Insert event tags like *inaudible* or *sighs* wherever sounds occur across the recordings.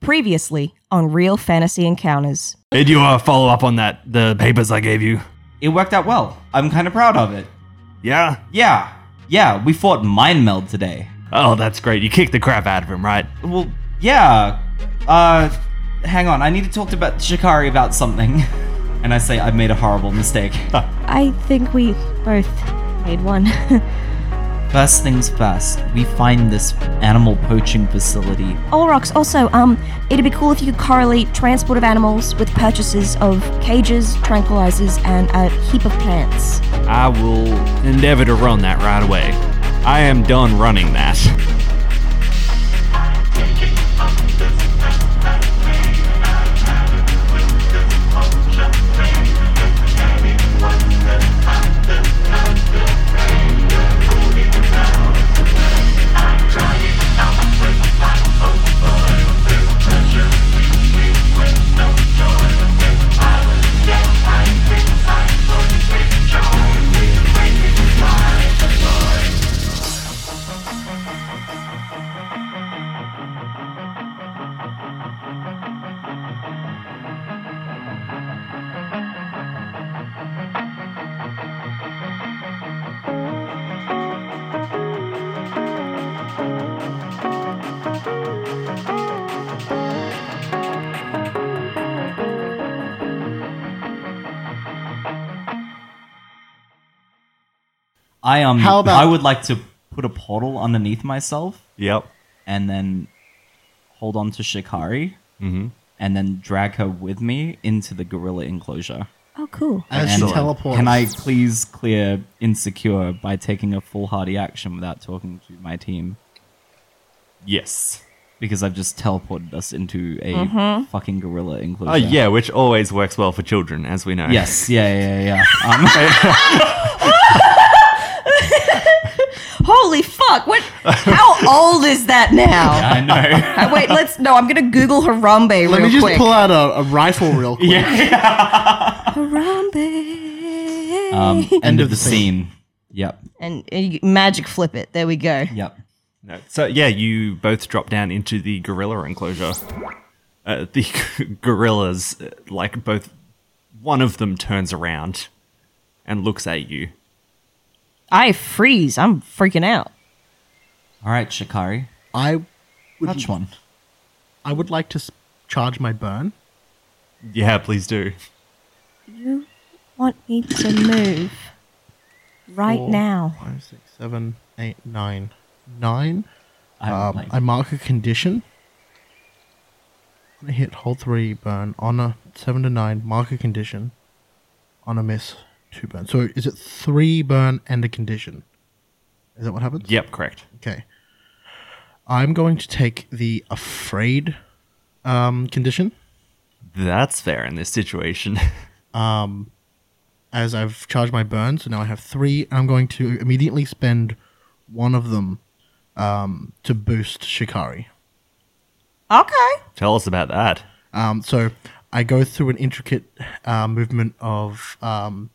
Previously on Real Fantasy Encounters. Did you uh, follow up on that? The papers I gave you? It worked out well. I'm kind of proud of it. Yeah? Yeah, yeah, we fought Mind Meld today. Oh, that's great. You kicked the crap out of him, right? Well, yeah. Uh, hang on. I need to talk to about Shikari about something. *laughs* And I say I've made a horrible *laughs* mistake. I think we both made one. *laughs* First things first, we find this animal poaching facility. Aurochs, also, um, it'd be cool if you could correlate transport of animals with purchases of cages, tranquilizers, and a heap of plants. I will endeavor to run that right away. I am done running that. I um, How about- I would like to put a portal underneath myself Yep. and then hold on to Shikari Mm-hmm. and then drag her with me into the gorilla enclosure. Oh, cool. As she And teleports. Can I please clear insecure by taking a foolhardy action without talking to my team? Yes. Because I've just teleported us into a fucking gorilla enclosure. Oh, yeah, which always works well for children, as we know. Yes. Yeah. Yeah. Yeah. yeah. Um, Holy fuck! What? *laughs* How old is that *laughs* now? I know. Uh, wait, let's. No, I'm gonna Google Harambe Let real me just quick. pull out a, a rifle *laughs* real quick. Harambe. Um, end, End of, of the the scene. Yep. and, and you magic flip it. There we go. Yep. *laughs* No. So, yeah, you both drop down into the gorilla enclosure. Uh, the *laughs* gorillas, uh, like, both. One of them turns around and looks at you. I freeze. I'm freaking out. All right, Shikari. I would, Touch one. I would like to s- charge my burn. Yeah, please do. You want me to move right Four, now? Five, six, seven, eight, nine, nine. I, Um, like- I mark a condition. On a hit, hold three, burn. On a seven to nine, mark a condition. On a miss, two burn. So is it three burn and a condition? Is that what happens? Yep, correct. Okay. I'm going to take the afraid um, condition That's fair in this situation. *laughs* as I've charged my burn, so now I have three, and I'm going to immediately spend one of them um, to boost Shikari. Okay. Tell us about that. Um, so I go through an intricate uh, movement of um,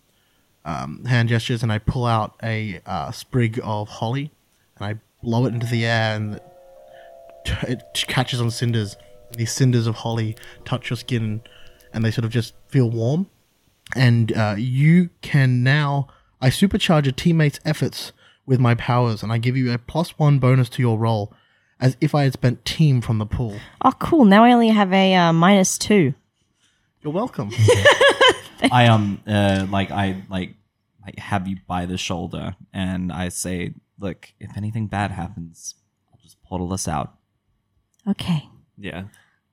um, hand gestures, and I pull out a uh, sprig of holly, and I blow it into the air, and t- it t- catches on cinders. These cinders of holly touch your skin, and they sort of just feel warm. And uh, you can now I supercharge a teammate's efforts with my powers, and I give you a plus one bonus to your roll, as if I had spent team from the pool. Oh, cool. Now I only have a uh, minus two. You're welcome. *laughs* I um uh like I like like have you by the shoulder and I say, look, if anything bad happens, I'll just portal us out. Okay. Yeah.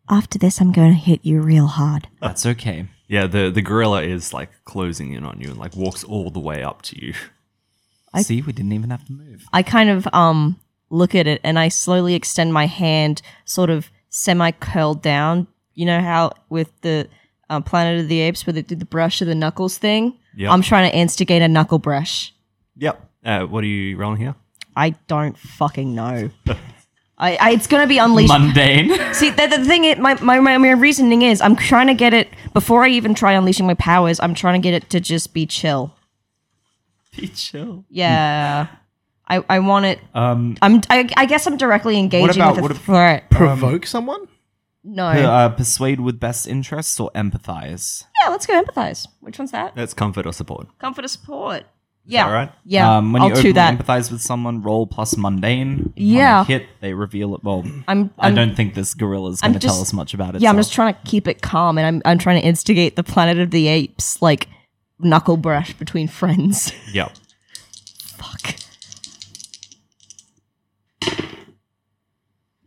After this, I'm going to hit you real hard. That's okay. Yeah, the, the gorilla is like closing in on you and like walks all the way up to you. *laughs* I- See, we didn't even have to move. I kind of um look at it and I slowly extend my hand, sort of semi curled down. You know how with the uh, Planet of the Apes, where they did the brush of the knuckles thing. Yep. I'm trying to instigate a knuckle brush. Yep. Uh, what are you rolling here? I don't fucking know. I, I it's gonna be *laughs* unleashed. Mundane. See, the, the thing, is, my, my, my, my reasoning is I'm trying to get it, before I even try unleashing my powers, I'm trying to get it to just be chill. Be chill. Yeah. I, I want it. Um I'm, I, I guess I'm directly engaging about- with what a ab- threat. Provoke someone? No. Uh, persuade with best interests or empathize? yeah, let's go empathize. Which one's that? That's comfort or support. Comfort or support? Yeah. that right? Yeah. um, when I'll you do openly that. empathize with someone, roll plus mundane. On a Yeah. hit they reveal it. Well, I'm- I I'm- do not think this gorilla is I'm going to tell just- us much about it. yeah, I'm just trying to keep it calm, and I'm I'm trying to instigate the Planet of the Apes like knuckle brush between friends. Yep. Fuck.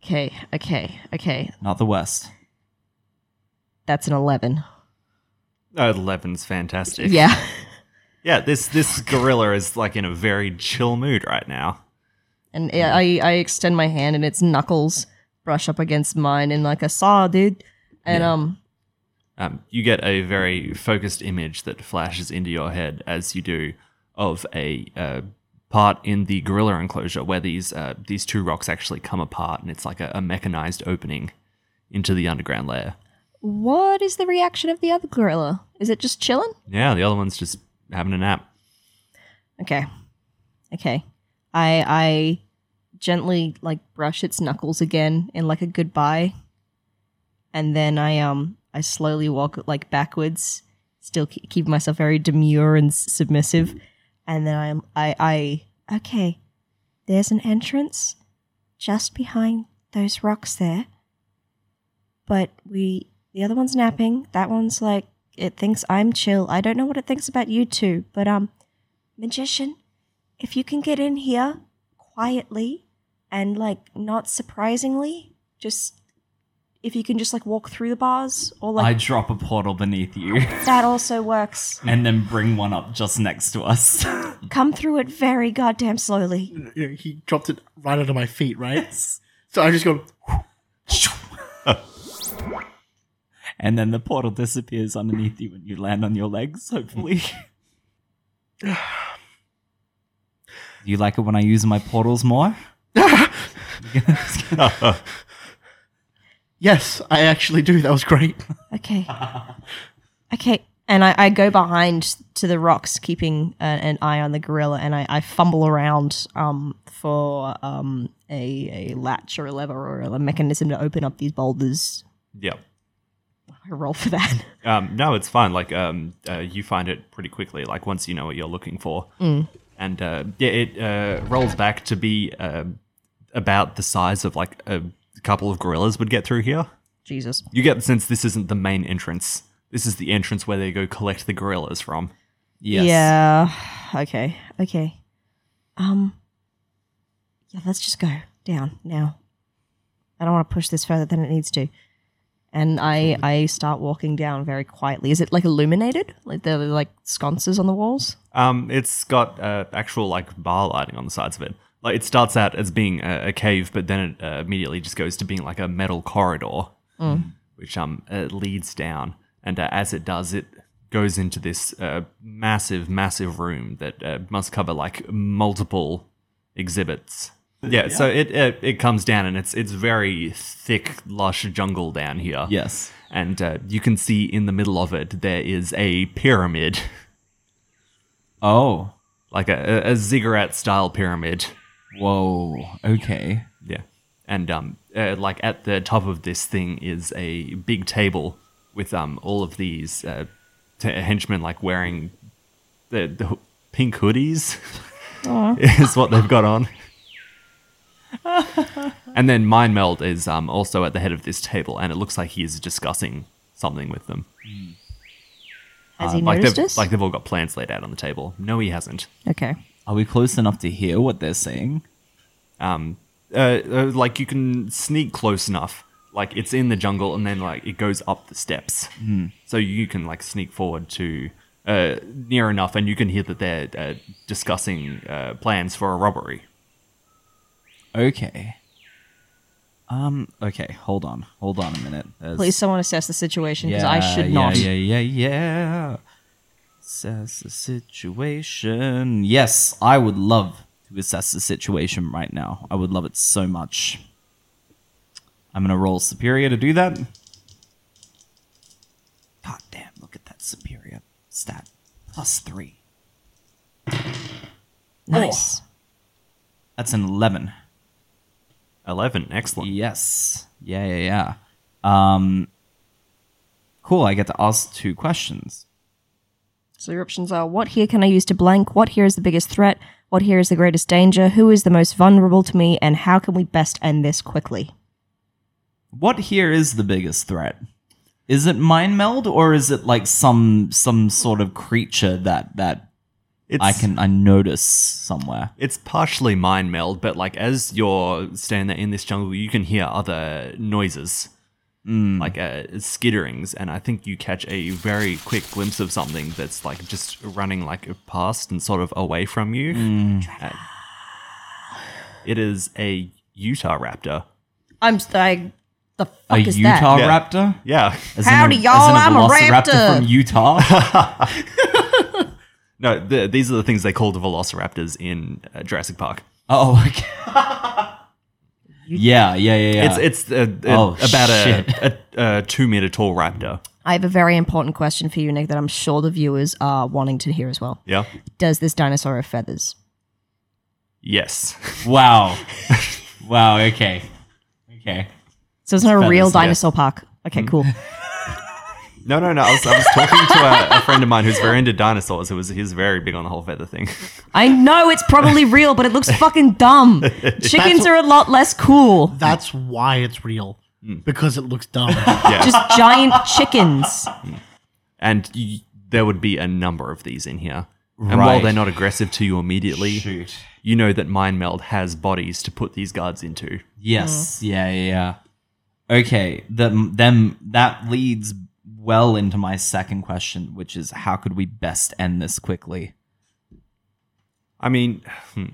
Okay, okay, okay. not the worst. That's an eleven. Oh, 11's fantastic. Yeah. *laughs* Yeah, this this gorilla is like in a very chill mood right now. And I I extend my hand, and its knuckles brush up against mine, and like a saw, dude. And um, Um, you get a very focused image that flashes into your head as you do of a uh, part in the gorilla enclosure where these uh, these two rocks actually come apart, and it's like a, a mechanized opening into the underground layer. what is the reaction of the other gorilla? Is it just chilling? Yeah, the other one's just having a nap. Okay. Okay. I I gently like brush its knuckles again in like a goodbye. And then I um I slowly walk like backwards, still ke- keep myself very demure and s- submissive. And then I'm I I okay. There's an entrance just behind those rocks there. But we the other one's napping. That one's like it thinks I'm chill. I don't know what it thinks about you two, but um Magician, if you can get in here quietly and like not surprisingly, just if you can just like walk through the bars or I like drop a portal beneath you *laughs* that also works. and then bring one up just next *laughs* to us. Come through it very goddamn slowly. You know, he dropped it right under my *laughs* feet, right? So I just go, *laughs* and then the portal disappears underneath you and you land on your legs, hopefully. Do *laughs* you like it when I use my portals *laughs* more? yes, I actually do. That was *laughs* great. Okay. Okay. And I, I go behind to the rocks, keeping a, an eye on the gorilla, and I, I fumble around um, for um, a, a latch or a lever or a mechanism to open up these boulders. Yep. I roll for that. *laughs* Um, no, it's fine. Like um, uh, you find it pretty quickly. Like once you know what you're looking for, and uh, yeah, it uh, rolls back to be uh, about the size of like a couple of gorillas would get through here. Jesus. You get the sense this isn't the main entrance. This is the entrance where they go collect the gorillas from. Yes. Yeah. Okay. Okay. Um. Yeah. Let's just go down now. I don't want to push this further than it needs to. And I I start walking down very quietly. Is it like illuminated? Like there are like sconces on the walls? Um, it's got uh, actual like bar lighting on the sides of it. Like it starts out as being a, a cave, but then it uh, immediately just goes to being like a metal corridor, which um uh, leads down. And uh, as it does, it goes into this uh, massive, massive room that uh, must cover like multiple exhibits. Yeah, so it, it it comes down and it's it's very thick, lush jungle down here. Yes. and uh, you can see in the middle of it there is a pyramid. *laughs* Oh. like a, a ziggurat style pyramid. Whoa. Okay. Yeah. And um, uh, like at the top of this thing is a big table with um all of these uh, t- henchmen like wearing the, the ho- pink hoodies *laughs* is what they've got on. and then Mind Meld is um also at the head of this table, and it looks like he is discussing something with them. Uh, Has Uh, he like noticed they've us? like they've all got plans laid out on the table. No, he hasn't. okay. Are we close enough to hear what they're saying? um, uh, uh, like you can sneak close enough. Like it's in the jungle, and then like it goes up the steps, so you can like sneak forward to uh, near enough, and you can hear that they're uh, discussing uh, plans for a robbery. Okay. Um. Okay. Hold on. Hold on a minute. There's- Please, someone assess the situation because I should not. Yeah, yeah, yeah, yeah. Assess the situation. Yes, I would love to assess the situation right now. I would love it so much. I'm gonna roll superior to do that. God damn! Look at that superior stat, plus three. Nice. Oh. That's an eleven. Eleven, excellent. Yes. Yeah, yeah, yeah. Cool, I get to ask two questions. So your options are what here can I use to blank? What here is the biggest threat? What here is the greatest danger? Who is the most vulnerable to me? And how can we best end this quickly? What here is the biggest threat? Is it mind meld or is it like some some sort of creature that that It's, I can I notice somewhere? It's partially mind meld, but like as you're standing there in this jungle, you can hear other noises, Mm. like uh, skitterings, and I think you catch a very quick glimpse of something that's like just running like past and sort of away from you. Mm. Uh, it is a Utah raptor. I'm like, the fuck a is Utah that? Yeah. raptor? Yeah, *laughs* As Howdy, as y'all, I'm a velociraptor raptor. from Utah. no, th these are the things they called velociraptors in uh, Jurassic Park. oh, okay. yeah, yeah, yeah, yeah. It's it's uh, uh, Oh, about a, shit. a, a two meter tall raptor. I have a very important question for you, Nick, that I'm sure the viewers are wanting to hear as well. Yeah. Does this dinosaur have feathers? Yes. wow, *laughs* wow. Okay, okay. So it's not a real feathers, yeah. dinosaur park. Okay, cool. No, no, no. I was, I was talking to a, a friend of mine who's very into dinosaurs. Who was he's very big on the whole feather thing. *laughs* I know it's probably real, but it looks fucking dumb. Chickens are a lot less cool. That's why it's real because it *laughs* looks dumb. Yeah, Just giant chickens. and y there would be a number of these in here. And while Right. they're not aggressive to you immediately, Shoot. you know that mind meld has bodies to put these guards into. Yes. Yeah, yeah. yeah. Okay. The, them that leads well into my second question, which is how could we best end this quickly? I mean, hmm,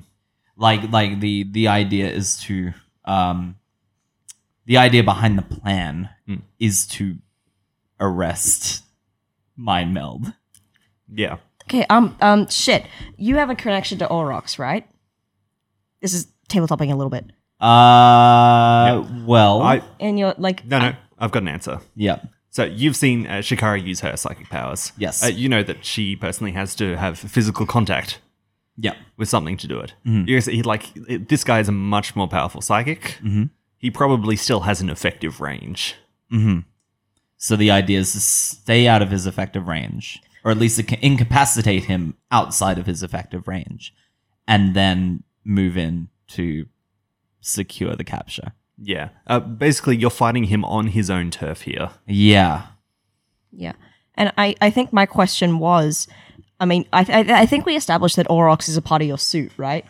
Like like the the idea is to um the idea behind the plan is to arrest mind meld. yeah, Okay, um, um, shit. You have a connection to Aurochs, right? This is tabletopping a little bit. Uh well I And you're like, no, no. I've got an answer. yeah. So you've seen uh, Shikara use her psychic powers. Yes. Uh, you know that she personally has to have physical contact Yeah. with something to do it. Mm-hmm. You see, he, like it- this guy is a much more powerful psychic. Mm-hmm. He probably still has an effective range. So the idea is to stay out of his effective range, or at least it can incapacitate him outside of his effective range, and then move in to secure the capture. Yeah. Uh, basically, you're fighting him on his own turf here. Yeah. yeah. And I, I think my question was, I mean, I, I, I think we established that Aurochs is a part of your suit, right?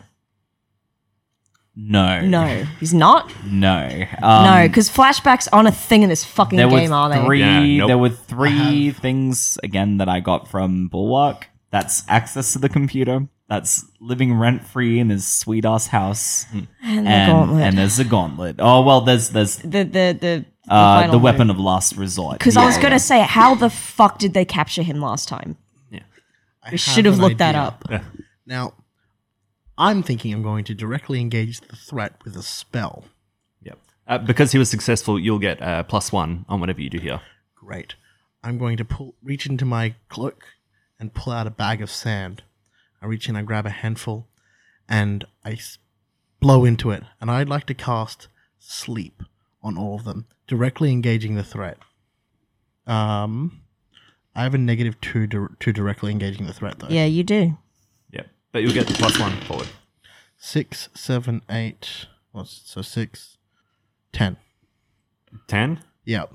No. No, he's not. *laughs* No. Um, no, because flashbacks aren't a thing in this fucking There game, are were they? three. Yeah, nope. There were three things again that I got from Bulwark. That's access to the computer. That's living rent free in his sweet ass house. And the And, gauntlet. and there's a gauntlet. Oh well, there's there's the the the, the uh, final the move. weapon of last resort. Because I Yeah, was yeah. gonna say, how the fuck did they capture him last time? I We should have an looked that idea. up. Now, I'm thinking I'm going to directly engage the threat with a spell. Yep. Uh, because he was successful, you'll get uh, plus one on whatever you do here. Great. I'm going to pull, reach into my cloak and pull out a bag of sand. I reach in, I grab a handful, and I s- blow into it. And I'd like to cast sleep on all of them, directly engaging the threat. Um, I have a negative two dir- to directly engaging the threat though. Yeah, you do. Yep. But you'll get the plus one forward. Six, seven, eight. What's so six, ten. Ten. Yep.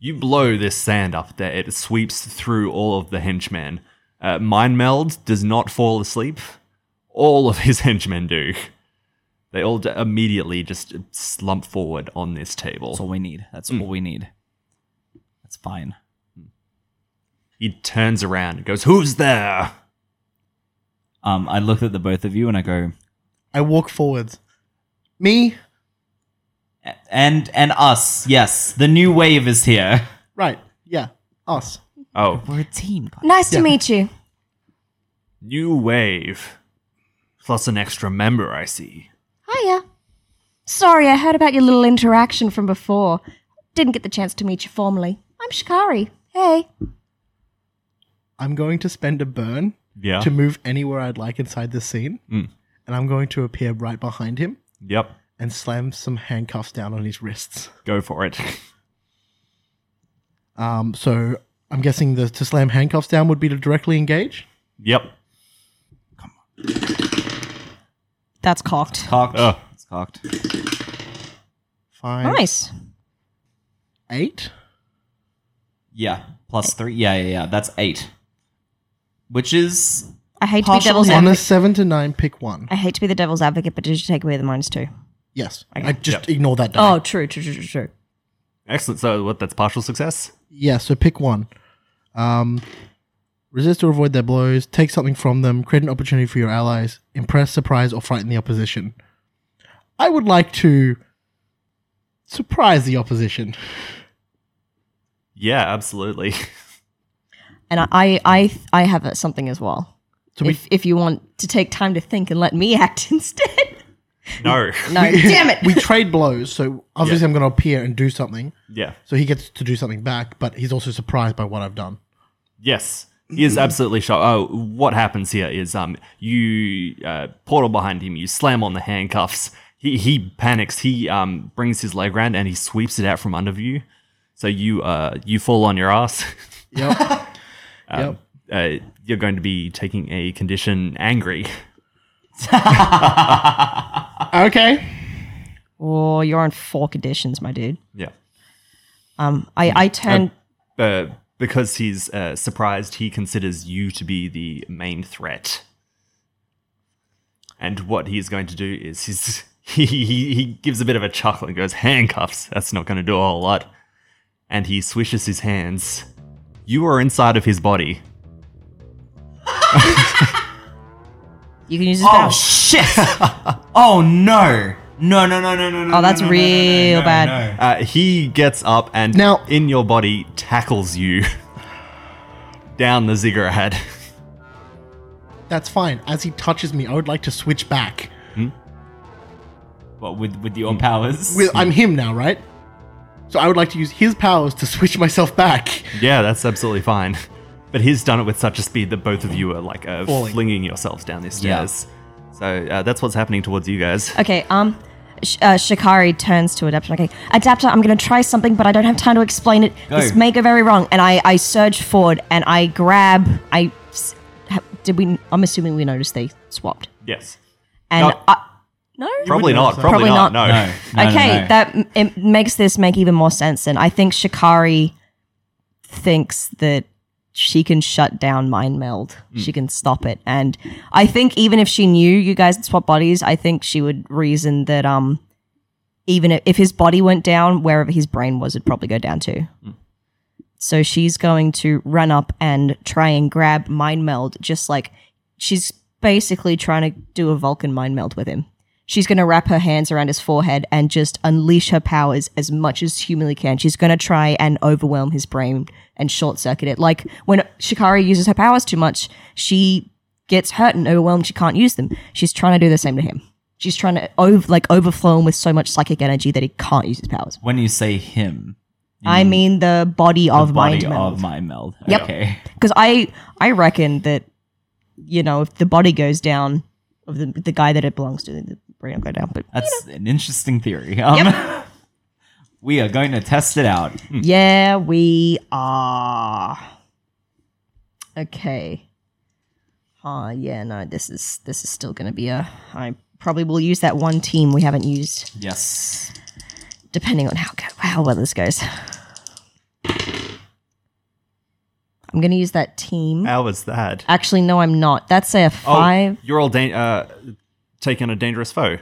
You blow this sand up there. It sweeps through all of the henchmen. Uh, Mind Meld does not fall asleep. All of his *laughs* henchmen do. They all d- immediately just slump forward on this table. That's all we need. That's Mm. all we need. That's fine. He turns around and goes, Who's there? Um, I look at the both of you and I go, I walk forwards. Me? "A- and and us, yes, the new wave is here. Right. Yeah. Us. Oh, We're a team. God. Nice to meet you. new wave. Plus an extra member, I see. Hiya. Sorry, I heard about your little interaction from before. Didn't get the chance to meet you formally. I'm Shikari. Hey. I'm going to spend a burn Yeah. to move anywhere I'd like inside this scene, and I'm going to appear right behind him, Yep. and slams some handcuffs down on his wrists. Go for it. *laughs* Um, so I'm guessing the to slam handcuffs down would be to directly engage. yep. That's cocked. Cocked. Ugh. It's cocked. Five, Nice. eight. Yeah. Plus three. Yeah, yeah, yeah. That's eight. Which is I hate to be Partially devil's On a advocate. seven to nine, pick one. I hate to be the devil's advocate, but did you take away the minus two? Yes, I just ignore that. die. Oh, true, true, true, true, true. Excellent. So what? That's partial success. Yeah, so pick one. Um, resist or avoid their blows. Take something from them. Create an opportunity for your allies. Impress, surprise, or frighten the opposition. I would like to surprise the opposition. Yeah, absolutely. *laughs* And I, I, I, I have uh, something as well. So we- if, if you want to take time to think and let me *laughs* act instead. no. *laughs* No, damn it. *laughs* we trade blows, so obviously I'm going to appear and do something. Yeah. So he gets to do something back, but he's also surprised by what I've done. Yes, he is absolutely shocked. Oh, what happens here is um, you uh, portal behind him. You slam on the handcuffs. He he panics. He um brings his leg round and he sweeps it out from under you. So you uh you fall on your ass. *laughs* *laughs* Yep. yep. Uh, you're going to be taking a condition angry. *laughs* Okay. Oh, you're on four conditions, my dude. Yeah. Um, I, I turn. Uh, because he's uh, surprised, he considers you to be the main threat. And what he's going to do is he's, *laughs* he, he, he gives a bit of a chuckle and goes, Handcuffs, that's not going to do a whole lot. And he swishes his hands. You are inside of his body. you can use this Oh power. shit! *laughs* oh no! No no no no no no! Oh, that's no, no, no, no, real no, no, bad. no. Uh, he gets up and Now- in your body tackles you *laughs* down the ziggurat. That's fine. As he touches me, I would like to switch back. What with with your powers? With, I'm him now, right? So I would like to use his powers to *laughs* switch myself back. Yeah, that's absolutely fine. But he's done it with such a speed that both of you are like uh, Falling. flinging yourselves down these Yeah. stairs. So uh, that's what's happening towards you guys. Okay. Um, Sh- uh, Shikari turns to Adapter. Okay, Adapter, I'm gonna try something, but I don't have time to explain it. Go. This may go very wrong. And I, I surge forward and I grab. I s- ha- did we? I'm assuming we noticed they swapped. Yes. And No. I, no. Probably not. notice that. Probably Probably, not. not. No. no, no, no, okay, no. that m- it makes this make even more sense. And I think Shikari thinks that she can shut down mind meld. Hmm. She can stop it. And I think even if she knew you guys had swapped bodies, I think she would reason that um even if, if his body went down, wherever his brain was, it'd probably go down too. So she's going to run up and try and grab mind meld, just like she's basically trying to do a Vulcan mind meld with him. She's going to wrap her hands around his forehead and just unleash her powers as much as humanly can. She's going to try and overwhelm his brain and short circuit it. Like when Shikari uses her powers too much, she gets hurt and overwhelmed. She can't use them. She's trying to do the same to him. She's trying to over, like overflow him with so much psychic energy that he can't use his powers. When you say him, I mean the body of body mind meld. of my meld. Yep. Okay. because I I reckon that you know if the body goes down of the the guy that it belongs to, the brain will go down. But That's an interesting theory. Um, *laughs* we are going to test it out. yeah, we are okay. Ah, yeah, no, this is this is still going to be a. I probably will use that one team we haven't used, Yes. depending on how go- how well this goes. I'm going to use that team. How was that? Actually, no, I'm not. That's a Uh, five. Uh, Oh, you're all dan- uh, taking a dangerous foe.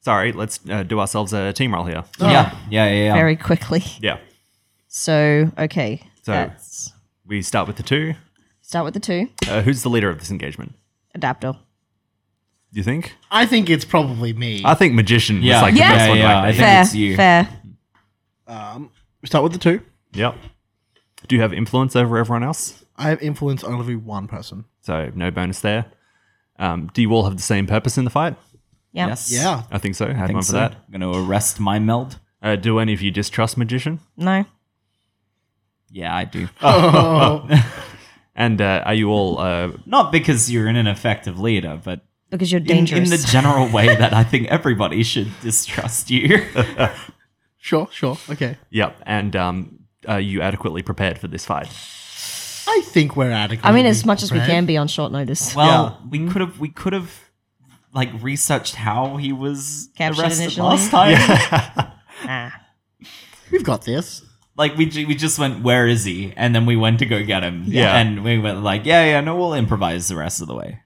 Sorry, let's uh, do ourselves a team roll here. Yeah. Yeah. Yeah. yeah. very quickly. Yeah. So okay, So- that's We start with the two. start with the two Uh, who's the leader of this engagement? adapter. Do you think? I think it's probably me. I think Magician Yeah. was like Yeah. the best Yeah, one yeah, I back there. think- Fair, it's you. fair. Um, start with the two. Yep. Do you have influence over everyone else? I have influence on only one person. So no bonus there. Um, do you all have the same purpose in the fight? Yeah. Yes. Yeah. I think so. Had Think one for so. that. I'm gonna arrest my meld. Uh, do any of you distrust magician? No. Yeah, I do. Oh. And uh, are you all? Uh, Not because you're an ineffective leader, but because you're In, in dangerous. *laughs* the general way that I think everybody should distrust you. *laughs* Sure, sure. Okay. Yep, and um, are you adequately prepared for this fight? I think we're adequate. I mean, as much as we can be on short notice. well, we could have we could have like researched how he was Captured arrested initially. last time. Ah. We've got this. *laughs* like we ju- we just went where is he and then we went to go get him Yeah. and we went like yeah yeah no we'll improvise the rest of the way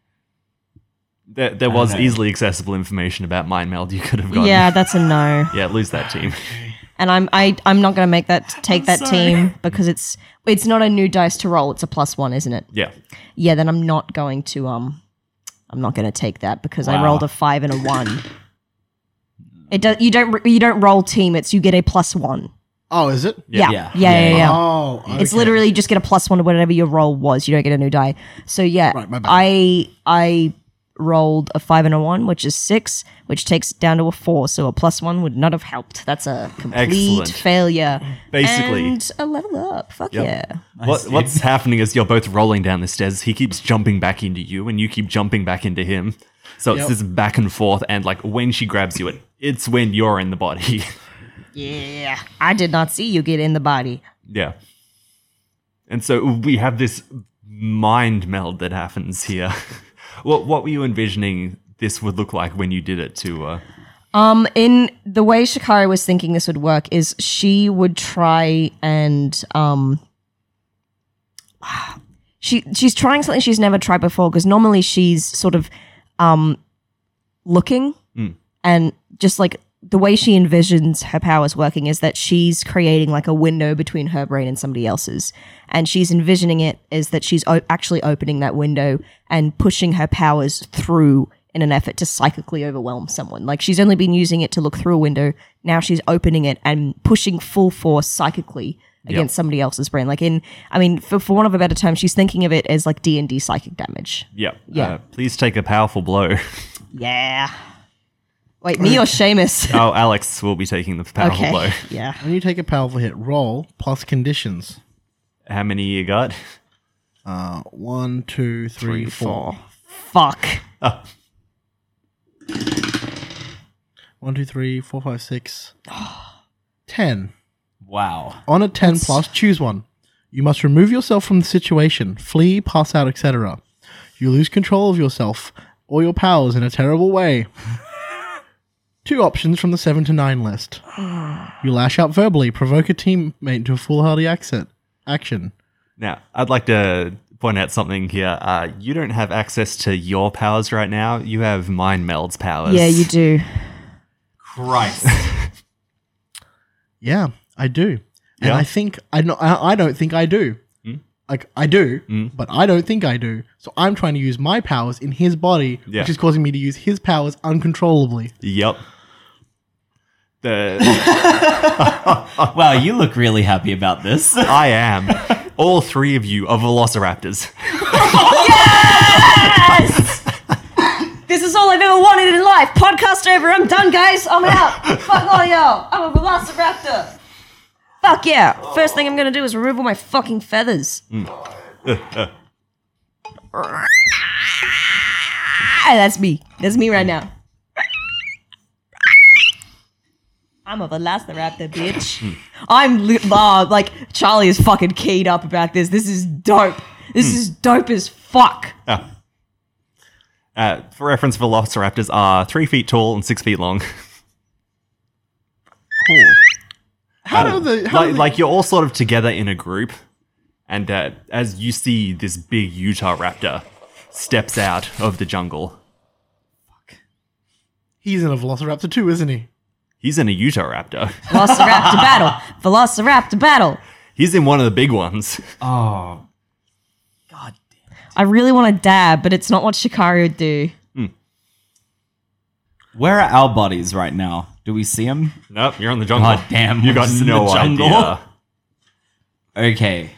There, there was Okay. easily accessible information about mind meld you could have gotten. Yeah, that's a no. *laughs* Yeah, lose that team. *laughs* And I'm I I'm not gonna make that take that sorry. team because it's it's not a new dice to roll. It's a plus one, isn't it? Yeah. Yeah. Then I'm not going to um I'm not gonna take that because I Wow. rolled a five and a one. It does. You don't. You don't roll team. It's you get a plus one. Oh, is it? Yeah. Yeah. Yeah. Yeah. Yeah. Yeah. Oh, It's okay. literally you just get a plus one to whatever your roll was. You don't get a new die. So yeah, Right, my bad. I I rolled a five and a one, which is six, which takes it down to a four. So a plus one would not have helped. That's a complete Excellent. failure. Basically. and a level up. Fuck yeah. What, see. what's happening is you're both rolling down the stairs. He keeps jumping back into you, and you keep jumping back into him. So it's Yep. this back and forth, and like when she grabs you, it, it's when you're in the body. *laughs* Yeah, I did not see you get in the body. yeah. And so we have this mind meld that happens here. *laughs* what what were you envisioning this would look like when you did it to? Uh, Um, in the way Shikari was thinking this would work is she would try and um, *sighs* she she's trying something she's never tried before because normally she's sort of um looking and just like the way she envisions her powers working is that she's creating like a window between her brain and somebody else's and she's envisioning it is that she's o- actually opening that window and pushing her powers through in an effort to psychically overwhelm someone like she's only been using it to look through a window now she's opening it and pushing full force psychically against somebody else's brain like in i mean for, for want of a better term she's thinking of it as like d&d psychic damage yeah. Yeah. Uh, please take a powerful blow. *laughs* yeah wait me or *laughs* Seamus? oh, Alex will be taking the powerful blow. okay yeah When you take a powerful hit, roll plus conditions. How many you got? Uh, one, two, three, four. Fuck. One, two, three, four, five, six. ten. wow On a ten plus, choose one. You must remove yourself from the situation, flee, pass out, etc. You lose control of yourself or your powers in a terrible way. *laughs* Two options from the seven to nine *sighs* list. You lash out verbally, provoke a teammate to a foolhardy accent action. Now, I'd like to point out something here. Uh, you don't have access to your powers right now. You have Mind Meld's powers. Yeah, you do. christ Yeah, I do, and Yeah? Hmm? I think I no, I I don't think I do. Like I do, but I don't think I do. So I'm trying to use my powers in his body, Yeah. which is causing me to use his powers uncontrollably. Yep. The, *laughs* wow you look really happy about this *laughs* *laughs* I am. All three of you are velociraptors. This is all I've ever wanted in life. Podcast over. I'm done, guys. I'm out. Fuck all y'all. I'm a velociraptor. Fuck yeah. First thing I'm gonna do is remove all my fucking feathers. Ah, *laughs* That's me. That's me right now. I'm a velociraptor, bitch. I'm li- ah, like Charlie is fucking keyed up about this. This is dope. This is dope as fuck. Uh, for reference, velociraptors are three feet tall and six feet long. How do the how Um, do like, the- like you're all sort of together in a group, and uh, as you see this big Utah raptor steps out of the jungle, he's in a Velociraptor too, isn't he? he's in a Utah raptor. Velociraptor battle. Velociraptor battle. He's in one of the big ones. oh god damn. I really want to dab, but it's not what Shikari would do. where are our bodies right now do we see him Nope, you're in the jungle. God damn, you we're got just in no the jungle. idea. okay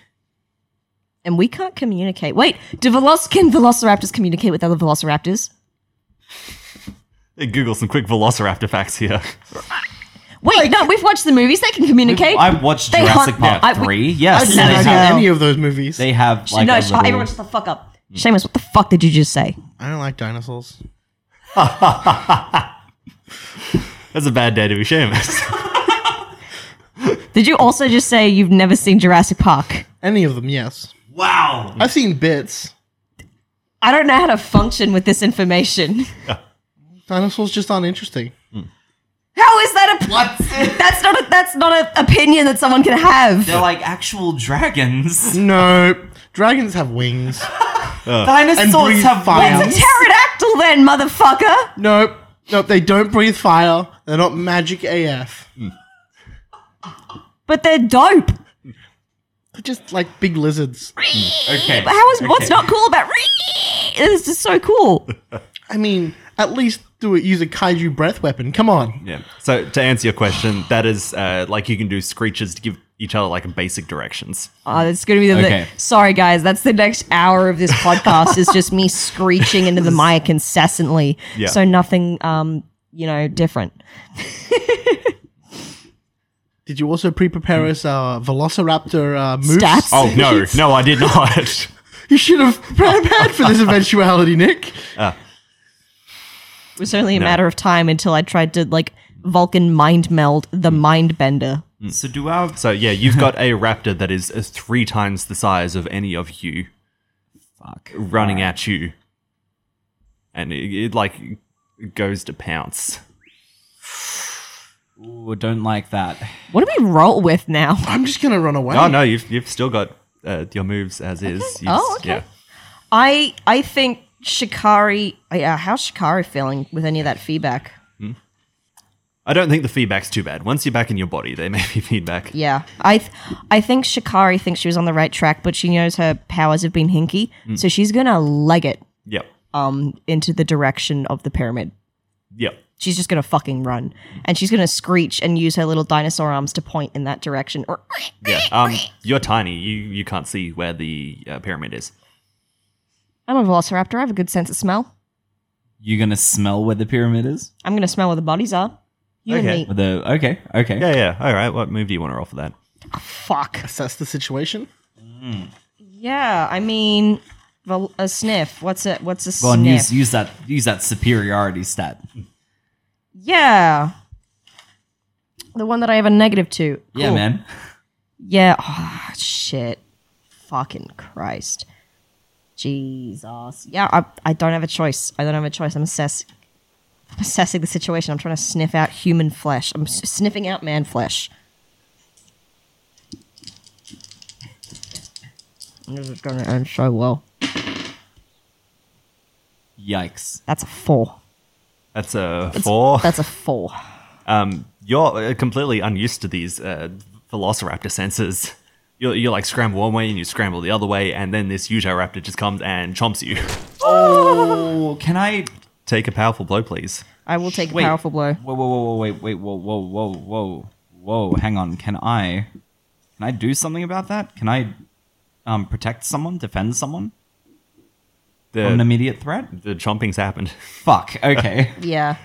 And we can't communicate. Wait, do veloc- can velociraptors communicate with other velociraptors? Hey, Google some quick Velociraptor facts here. Wait, no, we've watched the movies. They can communicate. i watched They jurassic hunt- park I- we- 3 I yes didn't they no, have no. have, any of those movies. they have no, like a sh- everyone little- shut the fuck up. Seamus, what the fuck did you just say? I don't like dinosaurs. That's a bad day to be Seamus. Did you also just say you've never seen Jurassic Park? Any of them, yes. Wow. I've seen bits. I don't know how to function with this information. Dinosaurs just aren't interesting. How is that a What? That's not a, that's not an opinion that someone can have. *laughs* They're like actual *laughs* dragons. No. Dragons have wings. Dinosaurs breathe have fire. It's a wings. pterodactyl then, motherfucker. Nope. Nope, they don't breathe fire. They're not magic AF. But they're dope. They're just like big lizards. Okay. But how is what's okay. not cool about It's just so cool. I mean, at least do it. Use a kaiju breath weapon. Come on. Yeah. So to answer your question, that is uh, like you can do screeches to give each other like basic directions. Oh, that's gonna be the. Okay. sorry, guys. That's the next hour of this podcast. is just me screeching into the mic incessantly. Yeah. So nothing, um, you know, different. Did you also pre-prepare us uh, Velociraptor uh, moves? Stats? Oh *laughs* no, no, I did not. You should have *laughs* prepared for this eventuality, Nick. It was only a matter of time until I tried to like Vulcan mind meld the mind bender. Hmm, So do our so yeah, *laughs* you've got a raptor that is uh, three times the size of any of you fuck. running at you, and it, it like goes to pounce. Ooh, don't like that. What do we roll with now? I'm just gonna run away. Oh no, you've you've still got uh, your moves as is. You Oh, just- okay. I I think Shikari. Yeah, how's Shikari feeling with any of that feedback? I don't think the feedback's too bad. Once you're back in your body, there may be *laughs* feedback. Yeah, I th- I think Shikari thinks she was on the right track, but she knows her powers have been hinky, Hmm. so she's gonna leg it Yep. um into the direction of the pyramid. Yep. She's just gonna fucking run, and she's gonna screech and use her little dinosaur arms to point in that direction. Or Yeah. Um, you're tiny. You you can't see where the uh, pyramid is. I'm a velociraptor. I have a good sense of smell. You gonna smell where the pyramid is? I'm gonna smell where the bodies are. You and Okay. me. Or the okay, okay. Yeah, yeah. All right. What move do you want to roll for that? Fuck. Assess the situation. Yeah, I mean, vel- a sniff. What's a what's a Go on, sniff? use use that use that superiority stat. Yeah. The one that I have a negative to. Yeah, Cool. man. Yeah. Ah, shit. Fucking Christ. Jesus. Yeah, I, I don't have a choice. I don't have a choice. I'm assess- I'm assessing the situation. I'm trying to sniff out human flesh. I'm s- sniffing out man flesh. This is going to end so well. Yikes. That's a four. That's a four. That's a four. Um, you're uh, completely unused to these uh, velociraptor senses. You're, you're like scramble one way and you scramble the other way, and then this Utahraptor just comes and chomps you. *laughs* Well, can I Take a powerful blow, please. I will take Wait. a powerful blow. Whoa, whoa, whoa, whoa, wait, wait, whoa, whoa, whoa, whoa, whoa. Hang on. Can I, can I do something about that? Can I, um, protect someone, defend someone from an The, immediate threat? the chomping's happened. *laughs* Fuck. Okay. Yeah.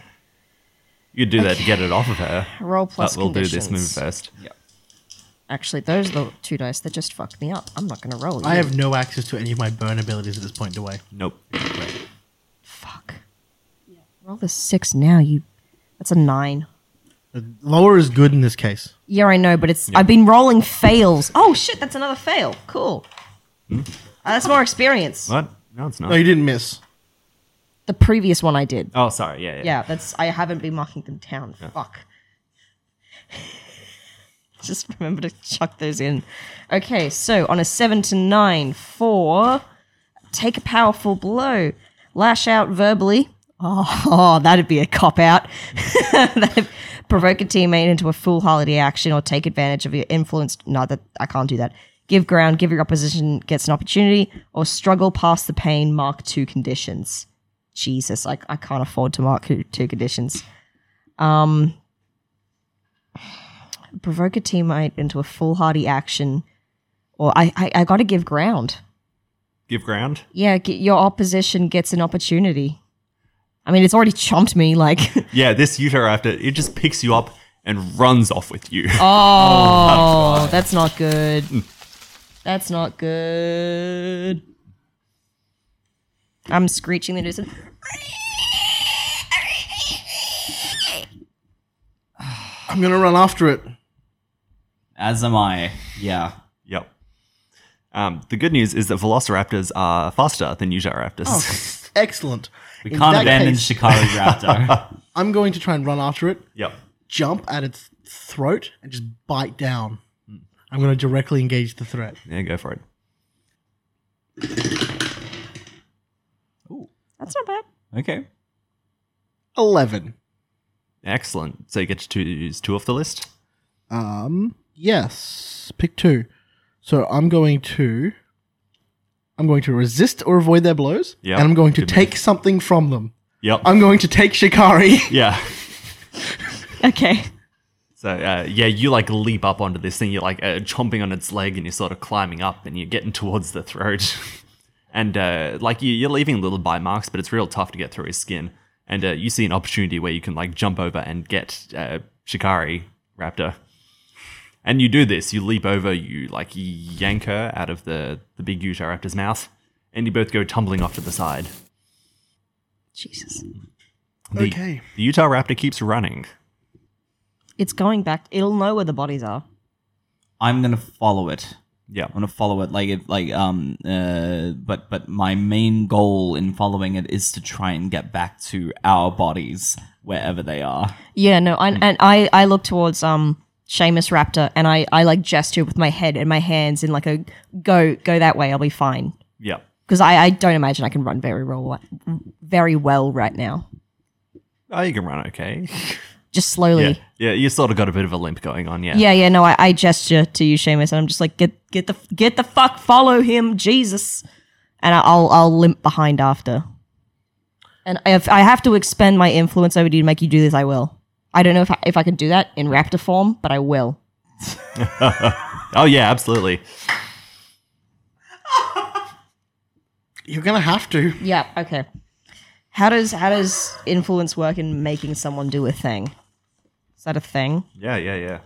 You do that to get it off of her. Roll But plus we'll do this move conditions. first. yeah. Actually, those are the two dice that just fucked me up. I'm not gonna roll. I you. have no access to any of my burn abilities at this point. Do I? Nope. fuck. Roll the six now. You. That's a nine. Lower is good in this case. Yeah, I know, but it's. I've been rolling fails. Oh shit! That's another fail. Cool. Uh, that's more experience. What? No, it's not. No, you didn't miss. The previous one I did. oh, sorry. Yeah, yeah. Yeah, that's. I haven't been marking them down. Fuck. *laughs* Just remember to chuck those in. Okay, so on a seven to nine, four, take a powerful blow, lash out verbally. Oh, *laughs* that'd be a cop out. *laughs* That'd provoke a teammate into a foolhardy action or take advantage of your influence. No, that I can't do that. Give ground, give your opposition gets an opportunity, or struggle past the pain. Mark two conditions. Jesus, I, I can't afford to mark two two conditions. Um, provoke a teammate into a foolhardy action, or I I, I got to give ground. Give ground. Yeah, get, your opposition gets an opportunity. I mean, it's already chomped me. Like, *laughs* Yeah, this Utahraptor, it just picks you up and runs off with you. oh, that's not good. That's not good. I'm screeching the nuisance. I'm gonna run after it. As am I. Yeah. *laughs* Yep. Um, the good news is that velociraptors are faster than Utahraptors. Oh, *laughs* Excellent. We can't abandon case, Shikari Raptor. *laughs* I'm going to try and run after it, *laughs* yep. jump at its throat, and just bite down. Hmm. I'm gonna directly engage the threat. Yeah, go for it. That's not bad. okay. Eleven. Excellent. So you get to choose two off the list. Um, yes, pick two. So I'm going to, I'm going to resist or avoid their blows, Yep, and I'm going to good move. take something from them. Yep. I'm going to take Shikari. *laughs* *laughs* yeah. Okay. So uh, yeah, you like leap up onto this thing. You're like uh, chomping on its leg, and you're sort of climbing up, and you're getting towards the throat. *laughs* and uh, like you, you're leaving little bite marks, but it's real tough to get through his skin. And uh, you see an opportunity where you can like jump over and get uh, Shikari Raptor. And you do this. You leap over. You like yank her out of the the big Utah Raptor's mouth, and you both go tumbling off to the side. Jesus. The, Okay. The Utah Raptor keeps running. It's going back. It'll know where the bodies are. I'm gonna follow it. Yeah. I'm gonna follow it like it like um uh but but my main goal in following it is to try and get back to our bodies wherever they are. Yeah, no, I, and I, I look towards um Seamus Raptor and I, I like gesture with my head and my hands in like a go go that way, I'll be fine. Yeah. Because I, I don't imagine I can run very well, very well right now. Oh, you can run okay. *laughs* Just slowly. Yeah, yeah, you sort of got a bit of a limp going on. Yeah, Yeah, yeah, no, I, I gesture to you, Seamus, and I'm just like, get, get the, get the fuck, follow him, Jesus, and I- I'll, I'll limp behind after. And if I have to expend my influence over you to make you do this, I will. I don't know if I, if I can do that in raptor form, but I will. Oh yeah, absolutely. You're gonna have to. Yeah. Okay. How does how does influence work in making someone do a thing? Is that a thing? Yeah, yeah, yeah.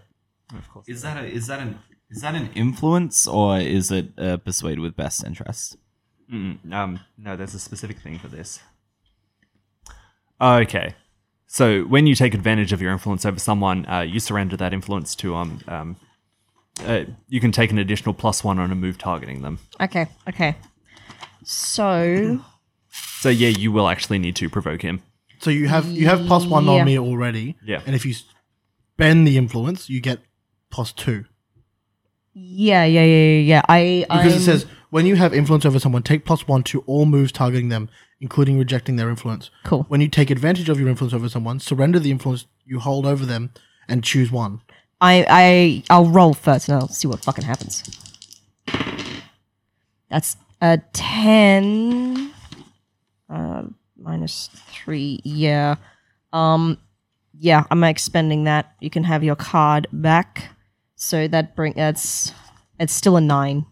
Is that a is that an is that an influence or is it uh, persuade with best interest? Mm, um, no, there's a specific thing for this. Okay, so when you take advantage of your influence over someone, uh, you surrender that influence to um, um uh, you can take an additional plus one on a move targeting them. Okay. Okay. So So yeah, you will actually need to provoke him. So you have you have plus one Yeah. on me already. Yeah. And if you spend the influence, you get plus two yeah, yeah, yeah, yeah. yeah. I because I'm- it says when you have influence over someone, take plus one to all moves targeting them, including rejecting their influence. Cool. When you take advantage of your influence over someone, surrender the influence you hold over them and choose one. I I I'll roll first and I'll see what fucking happens. That's a ten. Uh, minus three. Yeah. Um. Yeah, I'm expending that. You can have your card back. So that bring that's it's still a nine.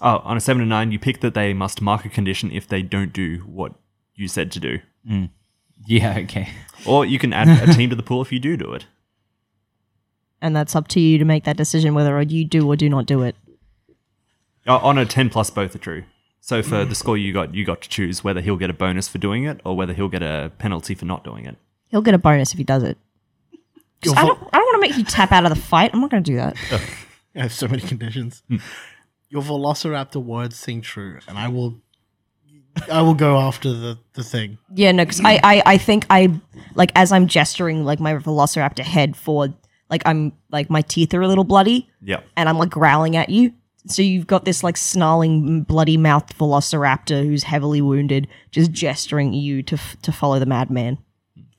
Oh, on a seven to nine, you pick that they must mark a condition if they don't do what you said to do, Yeah, okay. or you can add a team to the pool if you do do it. and that's up to you to make that decision whether you do or do not do it. Uh, on a 10 plus, both are true. So for the score you got, you got to choose whether he'll get a bonus for doing it or whether he'll get a penalty for not doing it. He'll get a bonus if he does it. Your I vo- don't, I don't want to make you tap out of the fight. I'm not going to do that. *laughs* I have so many conditions. Your Velociraptor words sing true, and I will, I will go after the the thing. Yeah, no, because I, I, I think I, like, as I'm gesturing, like, my velociraptor head forward, like, I'm, like, my teeth are a little bloody, Yep. and I'm, like, growling at you. So you've got this, like, snarling, bloody mouthed velociraptor who's heavily wounded, just gesturing you to, f- to follow the madman.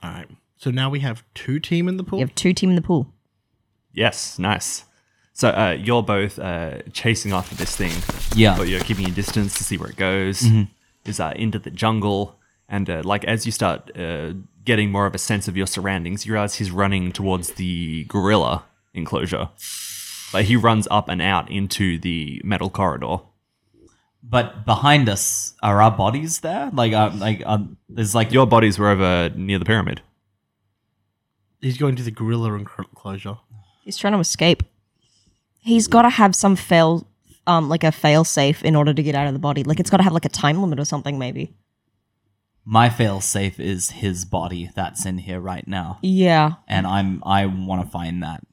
All right. So now we have two team in the pool. You have two team in the pool. Yes, nice. So uh, you're both uh, chasing after this thing. Yeah. But you're keeping your distance to see where it goes. Is uh, into the jungle. And uh, like as you start uh, getting more of a sense of your surroundings, you realize he's running towards the gorilla enclosure. Like he runs up and out into the metal corridor. But behind us are our bodies there? Like uh, like uh, there's like Your bodies were over near the pyramid. He's going to the gorilla enclosure. He's trying to escape. He's got to have some fail, um, like a fail safe in order to get out of the body. Like it's got to have like a time limit or something, maybe. My failsafe is his body that's in here right now, Yeah. and I'm I want to find that.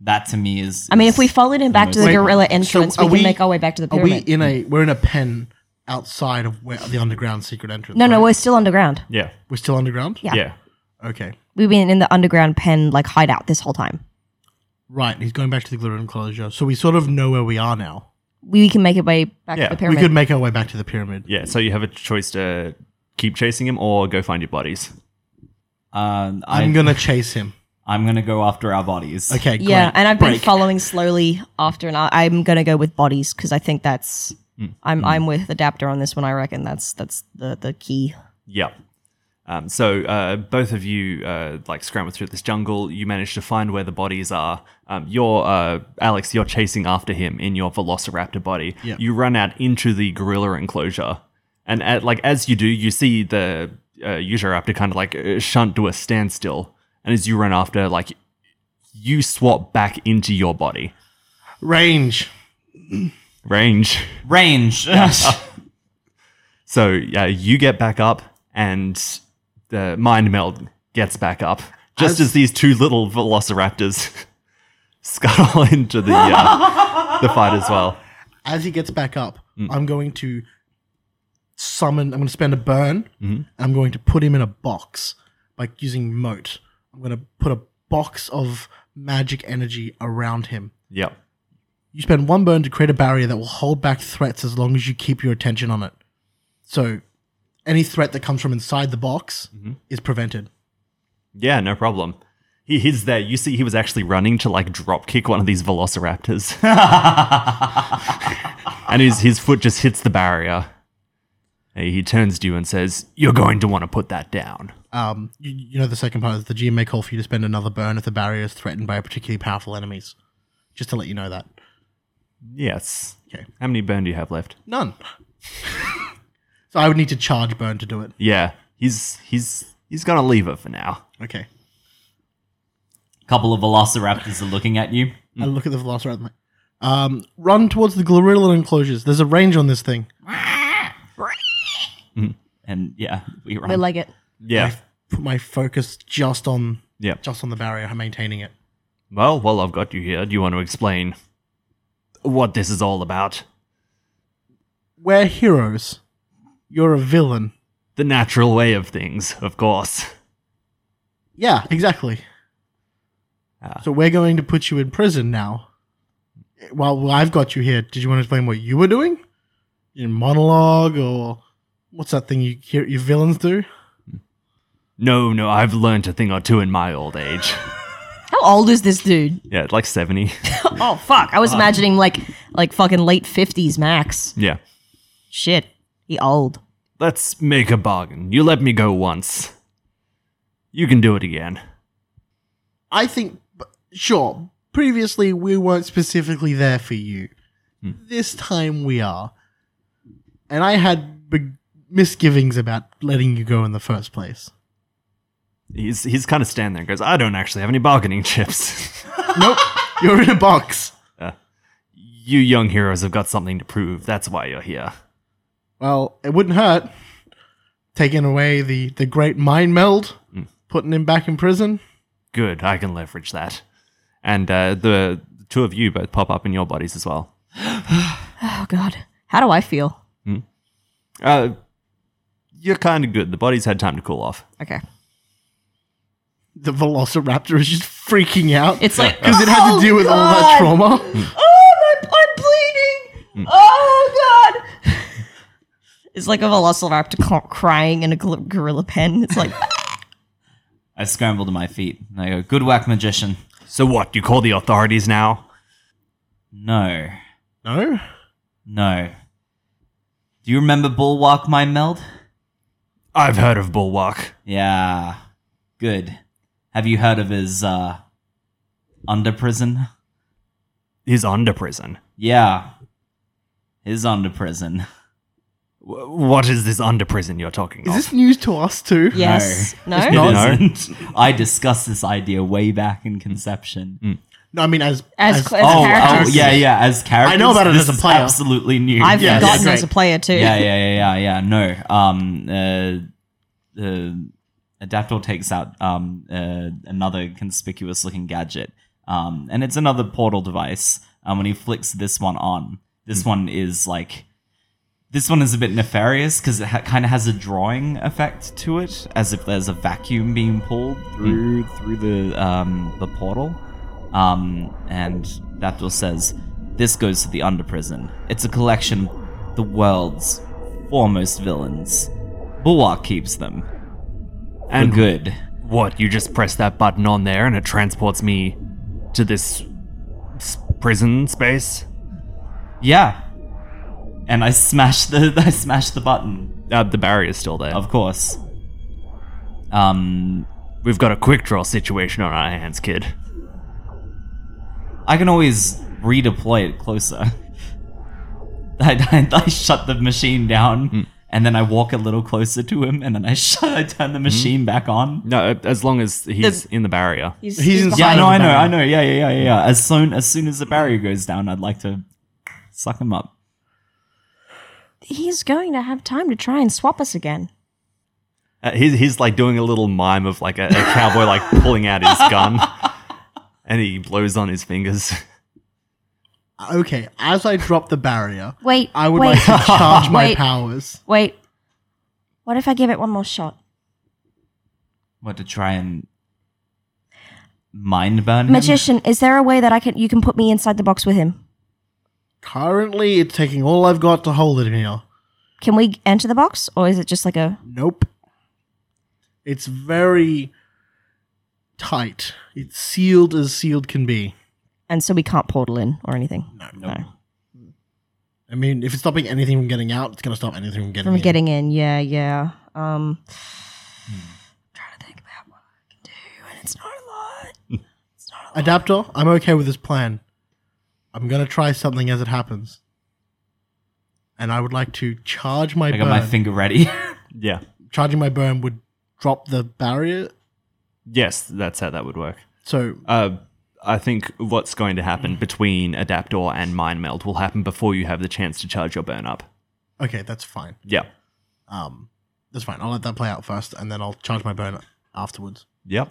That to me is. I mean, is- if we followed him back to the Wait, gorilla so entrance, are we can we- make our way back to the Are we pyramid. in a? We're in a pen outside of where the underground secret entrance. No, no, right? we're still underground. Yeah. we're still underground. Yeah. Yeah. Okay. We've been in the underground pen like hideout this whole time. Right. He's going back to the glitter enclosure, so we sort of know where we are now. We can make our way back Yeah, to the we pyramid. We could make our way back to the pyramid. Yeah. So you have a choice to keep chasing him or go find your buddies. Uh, I'm I'm gonna gonna chase him. I'm gonna go after our bodies. Okay. Great. yeah, and I've been Break. following slowly after, and I, I'm gonna go with bodies because I think that's Hmm. I'm I'm with adapter on this one. I reckon that's that's the the key. Yep. Um, so uh, both of you uh, like scramble through this jungle. You manage to find where the bodies are. Um, you're uh, Alex. You're chasing after him in your Velociraptor body. Yep. You run out into the gorilla enclosure, and at, like as you do, you see the uh, Utahraptor kind of like uh, shunt to a standstill. And as you run after, like you swap back into your body Range. range. Range. *laughs* So uh, you get back up, and the mind meld gets back up, just as, these two little velociraptors *laughs* scuttle *laughs* into the uh, the fight as well. As he gets back up, I'm going to summon. I'm going to spend a burn. And I'm going to put him in a box, like using moat. I'm going to put a box of magic energy around him. Yep. You spend one burn to create a barrier that will hold back threats as long as you keep your attention on it. So, any threat that comes from inside the box is prevented. Yeah, no problem. He, he's there. You see, he was actually running to like drop kick one of these velociraptors, *laughs* and his his foot just hits the barrier. He he turns to you and says, "You're going to want to put that down." Um, you, you know, the second part is the GM may call for you to spend another burn if the barrier is threatened by particularly powerful enemies. Just to let you know that. Yes. Okay. How many burn do you have left? None. *laughs* so I would need to charge burn to do it. Yeah, he's he's he's gonna leave it for now. Okay. couple of velociraptors are looking at you. I look at the velociraptor. and I'm like, Um, run towards the gorilla enclosures. There's a range on this thing. And yeah, we run. We like it. Yeah, I put my focus just on yeah. just on the barrier, maintaining it. Well, while I've got you here, do you want to explain what this is all about? We're heroes. You're a villain. The natural way of things, of course. Yeah, exactly. Ah. So we're going to put you in prison now. Well, I've got you here. Did you want to explain what you were doing? Your monologue, or what's that thing you hear your villains do? No, no, I've learnt a thing or two in my old age. How old is this dude? *laughs* yeah, like 70. Oh fuck! I was Uh, imagining like like fucking late fifties max. yeah. Shit, he old. Let's make a bargain. You let me go once. You can do it again. I think, sure, previously we weren't specifically there for you. This time we are. And I had big misgivings about letting you go in the first place. He's he's kind of standing there and goes, I don't actually have any bargaining chips. *laughs* nope, *laughs* you're in a box. you young heroes have got something to prove. That's why you're here. Well, it wouldn't hurt taking away the, the great mind meld, Mm. putting him back in prison. Good, I can leverage that. And uh, the the two of you both pop up in your bodies as well. Oh god, how do I feel? Uh, you're kind of good. The body's had time to cool off. Okay, The velociraptor is just freaking out it's like because it had to deal with all *laughs* that trauma. Oh my! I'm Mm. bleeding. Oh god. *laughs* It's like a velociraptor cl- crying in a gl- gorilla pen. It's *laughs* like I scramble to my feet. And I go, "Good work, magician." So what? You call the authorities now? No, No? Oh. no. Do you remember Bulwark, my meld? I've heard of Bulwark. Yeah, good. Have you heard of his uh, under prison? He's under prison. Yeah, his under prison. *laughs* W- what is this under prison you're talking Is of? this news to us too? yes, no. It No. isn't. I discussed this idea way back in conception. No, I mean, as. As cl- as Oh, oh, characters. yeah, yeah. As characters, I know about it this as a is player. Absolutely new. I've Yes. forgotten Great. as a player too. yeah, yeah, yeah, yeah, yeah. No, um, uh, uh, Adaptor takes out um, uh, another conspicuous looking gadget, um, and it's another portal device. Um, when he flicks this one on, this one is like. This one is a bit nefarious because it ha- kind of has a drawing effect to it, as if there's a vacuum being pulled through through the um, the portal. Um, and Daptor says, "This goes to the underprison. It's a collection of the world's foremost villains. Bulwark keeps them. And And- good. What? You just press that button on there and it transports me to this s- prison space? Yeah." And I smashed the *laughs* I smashed the button, Uh, the barrier's still there. of course. Um, We've got a quick draw situation on our hands, kid. I can always redeploy it closer. *laughs* I, I, I shut the machine down, Hmm. and then I walk a little closer to him, and then I shut. *laughs* I turn Hmm. the machine back on. No, uh, as long as he's in the barrier. He's, He's he's inside Yeah, I behind- know, I know, I know. barrier. Yeah, yeah, yeah, yeah, yeah. As soon as soon as the barrier goes down, I'd like to suck him up. He's going to have time to try and swap us again. Uh, he's, he's like doing a little mime of like a, a cowboy like pulling out his *laughs* gun and he blows on his fingers. *laughs* Okay, as I drop the barrier, Wait, I would wait, like to *laughs* charge my Wait. powers. wait. What if I give it one more shot? What to try and mind burn him? Magician, is there a way that I can you can put me inside the box with him? Currently, it's taking all I've got to hold it in here. Can we enter the box, or is it just like a? Nope. It's very tight. It's sealed as sealed can be. And so we can't portal in or anything. No, no. I mean, if it's stopping anything from getting out, it's going to stop anything from getting From in. getting in, yeah, yeah. Um, trying to think about what I can do, and it's not a lot. It's not a lot. Adapter, I'm okay with this plan. I'm going to try something as it happens. And I would like to charge my I burn. got my finger ready. *laughs* Yeah. Charging my burn would drop the barrier. Yes, that's how that would work. So, Uh, I think what's going to happen between Adaptor and Mind Meld will happen before you have the chance to charge your burn up. okay, that's fine. Yeah. Um, that's fine. I'll let that play out first, and then I'll charge my burn afterwards. Yep.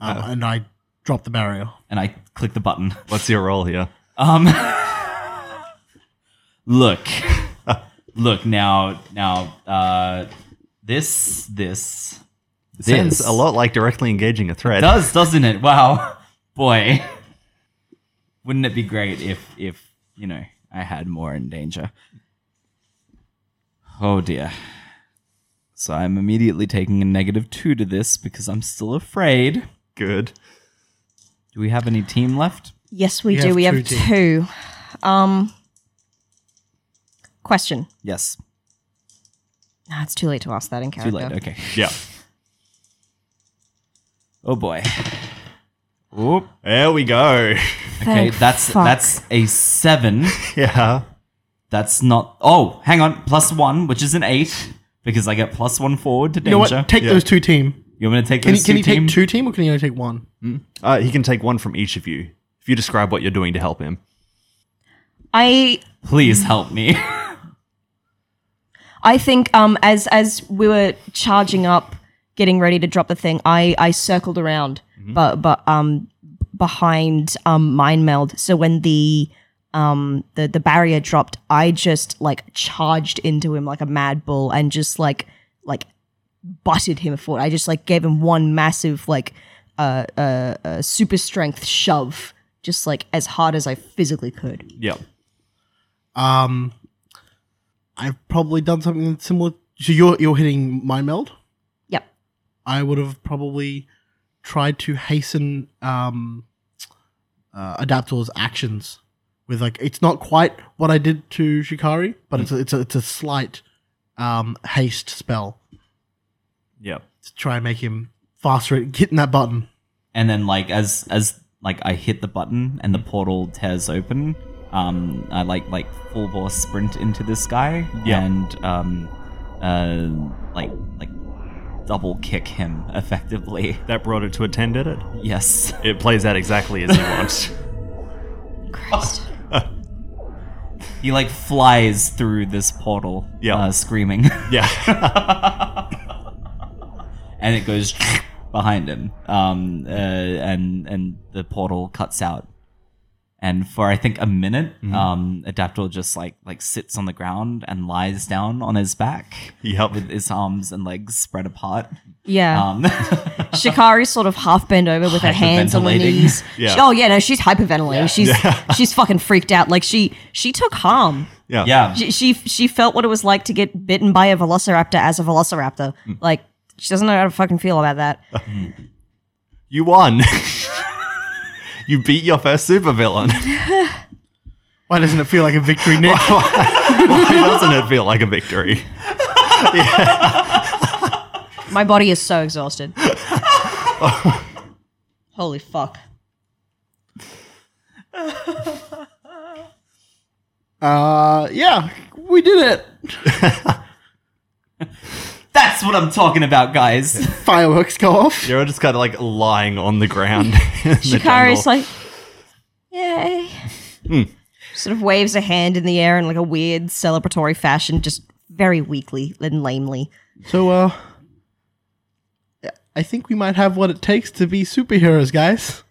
Um, Uh-huh. and I drop the barrier. and I click the button. What's your role here? Um, *laughs* look, *laughs* look now, now, uh, this, this, this Sounds a lot like directly engaging a threat. does, doesn't it? Wow, *laughs* boy, wouldn't it be great if, if you know, I had more in danger? Oh dear. So I'm immediately taking a negative two to this because I'm still afraid. Good. Do we have any team left? Yes, we You do. have we two have teams. two. Um, question. Yes. Nah, it's too late to ask that in Too character. late. Okay. Yeah. Oh boy. Oop. There we go. Okay, Thank that's fuck. that's a seven. *laughs* yeah. That's not. Oh, hang on, plus one, which is an eight, because I get plus one forward to You know danger. what? Take Yeah. those two team. You want me to take Can, you those can you two team? take two team or can you only take one? Uh, he can take one from each of you if you describe what you're doing to help him. I Please help me. *laughs* I think um as as we were charging up, getting ready to drop the thing, I I circled around, but but um behind um mind meld. So when the um the the barrier dropped, I just like charged into him like a mad bull and just like like butted him forward. I just like gave him one massive like uh uh, uh super strength shove, just like as hard as I physically could. Yep. Um, I've probably done something similar. So you're you're hitting mind meld. Yep. I would have probably tried to hasten um, uh, Adaptor's actions with like it's not quite what I did to Shikari, but it's a, it's a, it's a slight um, haste spell Yep. to try and make him faster at hitting that button. and then, like, as as like I hit the button and the portal tears open, um, I like like full bore sprint into this guy Yeah. and um, uh, like like double kick him effectively. *laughs* That brought it to a 10, did it? Yes. It plays out exactly as you want. Christ. He like flies through this portal, Yeah. uh, screaming. Yeah. *laughs* and it goes *laughs* behind him. Um, uh, and and the portal cuts out. And for I think a minute, um, Adaptor just like like sits on the ground and lies down on his back Yep. with his arms and legs spread apart. Yeah. Um, Shikari's sort of half bent over with her hands on her Hyperventilating. knees. Yeah. She- oh yeah, no, she's hyperventilating. She's she's fucking freaked out. Like she she took harm. Yeah. *laughs* yeah, She, she she felt what it was like to get bitten by a velociraptor as a velociraptor. Like she doesn't know how to fucking feel about that. You won. *laughs* you beat your first supervillain. *laughs* Why doesn't it feel like a victory, Nick? Why doesn't it feel like a victory? My body is so exhausted. Holy fuck. uh, yeah, we did it. that's what I'm talking about, guys. Fireworks go off. You're just kind of like lying on the ground. *laughs* in the jungle. Shikari's like, yay. Sort of waves a hand in the air in like a weird celebratory fashion, just very weakly and lamely. So, uh, I think we might have what it takes to be superheroes, guys.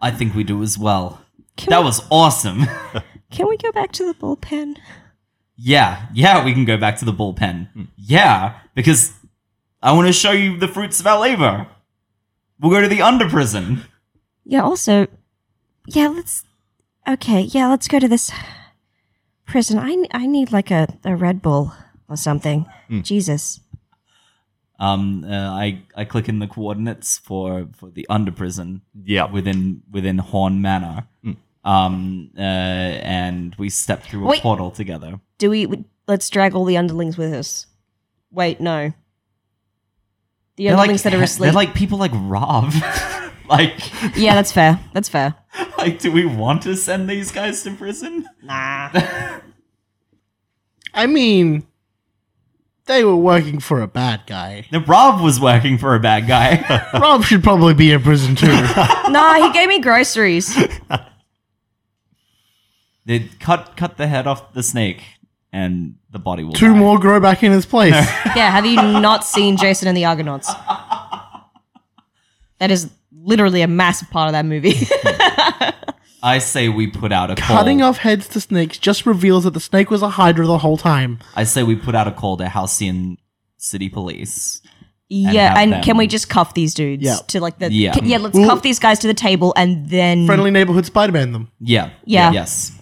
I think we do as well. Can that we- was awesome. Can we go back to the bullpen? yeah, yeah, we can go back to the bullpen. Yeah, because I want to show you the fruits of our labor. We'll go to the under prison. Yeah, also, yeah, let's. Okay, yeah, let's go to this prison. I, I need like a, a Red Bull or something. Hmm. Jesus. Um, uh, I I click in the coordinates for for the under prison. Yep. within within Horn Manor. Um, uh, and we step through a Wait. portal together. Do we. Let's drag all the underlings with us. Wait, no. The underlings that are asleep. They're like people like Rob. *laughs* like, yeah, that's fair. That's fair. like, do we want to send these guys to prison? Nah. I mean, they were working for a bad *laughs* guy. No, Rob was working for a bad guy. *laughs* Rob should probably be in prison *laughs* too. nah, he gave me groceries. they cut cut the head off the snake, and the body will. Two die. more grow back in his place. *laughs* Yeah, have you not seen Jason and the Argonauts? That is literally a massive part of that movie. I say we put out a call. Cutting off heads to snakes just reveals that the snake was a hydra the whole time. I say we put out a call to Halcyon City Police. yeah, have and them- can we just cuff these dudes Yeah. to like the Yeah. yeah, yeah let's Well- cuff these guys to the table and then Friendly neighborhood Spider Man them. Yeah. Yeah. Yes.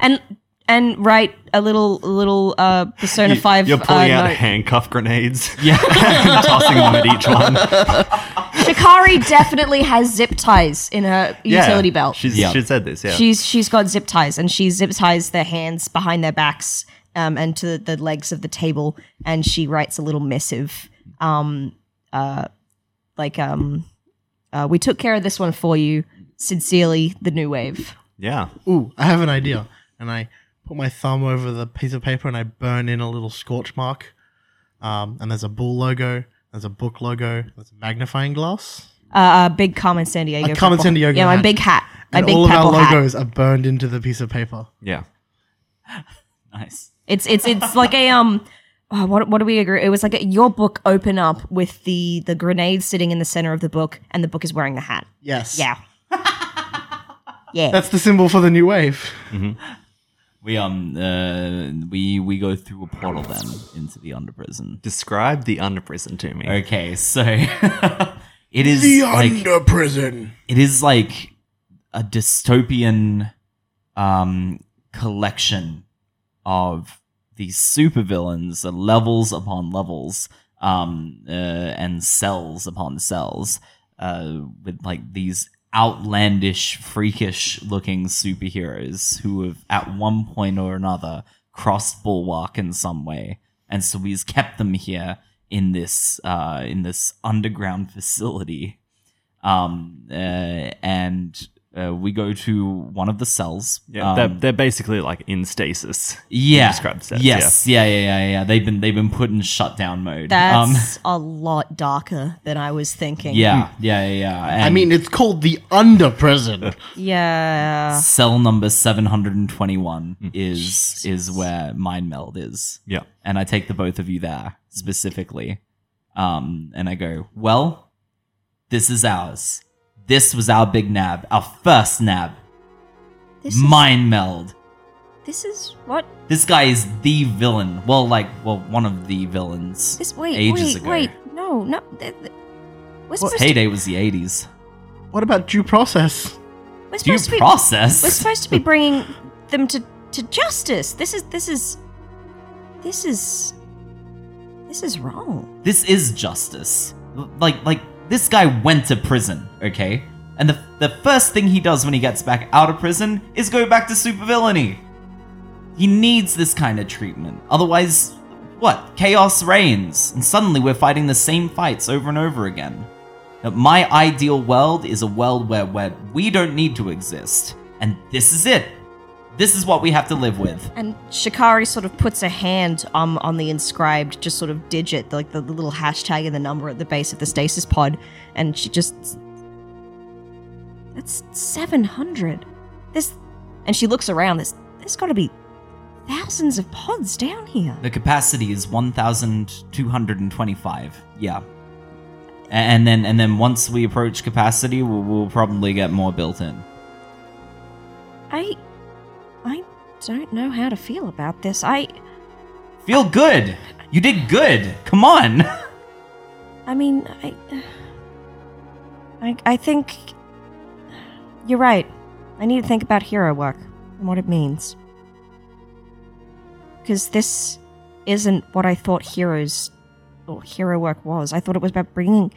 and and write a little a little uh persona You- 5 You're pulling uh, out note. handcuff grenades. Yeah. and *laughs* tossing them at each one. Shikari definitely has zip ties in *laughs* her utility belt. She's, Yeah. She said this, yeah. she's she's got zip ties and she zip ties their hands behind their backs um, and to the legs of the table and she writes a little missive um uh like um uh, we took care of this one for you sincerely the new wave yeah. Ooh, I have an idea. And I put my thumb over the piece of paper and I burn in a little scorch mark. Um, and there's a bull logo, there's a book logo, there's a magnifying glass. uh, uh big Carmen San Diego A Carmen Sandiego yeah my hat. big hat my And big all of our purple hat logos are burned into the piece of paper. Yeah. nice. it's it's it's like a um oh, what what do we agree it was like a, your book open up with the the grenade sitting in the center of the book and the book is wearing the hat *laughs* Yes. yeah yeah That's the symbol for the new wave. We um uh, we we go through a portal then into the under prison. Describe the underprison to me. Okay, so *laughs* it is like prison. it is like a dystopian um collection of these supervillains, the levels upon levels, um uh, and cells upon cells, uh with like these outlandish, freakish looking superheroes who have at one point or another crossed bulwark in some way. And so we've kept them here in this uh in this underground facility um, uh, and uh, we go to one of the cells. Yeah, um, they're, they're basically like in stasis. yeah, describe the cells, yes, yeah. yeah, yeah, yeah, They've been they've been put in shutdown mode. Um, That's a lot darker than I was thinking. yeah, yeah, yeah, yeah. I And mean, it's called the *laughs* under prison. Yeah. cell number seven hundred and twenty-one is is where mind meld is. Yeah. and I take the both of you there specifically. Um, and I go, well, this is ours. This was our big nab, our first nab. This Mind meld. Is, this is what This guy is the villain. Well, like, well, one of the villains. this. Wait, ages wait, ago. wait. No, no. Th- th- we're supposed to. Heyday was the 80s. What about due process? We're Due supposed to be. process. We're supposed to be bringing them to to justice. This is this is this is this is wrong. this is justice. L- Like, like this guy went to prison, okay? And the the first thing he does when he gets back out of prison is go back to supervillainy. He needs this kind of treatment. Otherwise, what? Chaos reigns, and suddenly we're fighting the same fights over and over again. Now, my ideal world is a world where, where we don't need to exist. And this is it. This is what we have to live with. And Shikari sort of puts a hand um on the inscribed just sort of digit, like the, the little hashtag and the number at the base of the stasis pod, and she just That's seven hundred. This and she looks around, there's there's gotta be thousands of pods down here. The capacity is 1,225. Yeah. A- And then and then once we approach capacity, we'll, we'll probably get more built in. I I don't know how to feel about this. I Feel good. You did good. Come on. *laughs* I mean, I, I, I think you're right. I need to think about hero work and what it means. Because this isn't what I thought heroes or hero work was. I thought it was about bringing,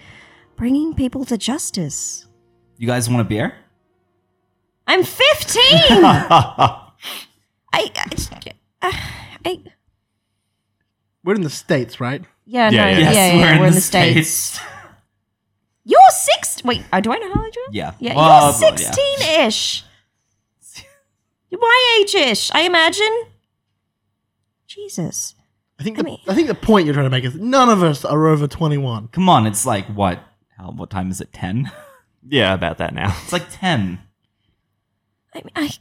bringing people to justice. You guys want a beer? I'm 15. *laughs* I, I, I, We're in the states, right? yeah, Yeah, no, yeah. yeah, yeah, yeah, we're in the states. States. You're six. Wait, uh, do I know how old you are? Yeah. Yeah, Well, you're yeah. 16 ish. You're my age ish, I imagine. Jesus. I think I the, I, mean- think the point you're trying to make is none of us are over 21. Come on. It's like what? How, what time is it? 10? Yeah, about that now. *laughs* It's like 10. I mean, I.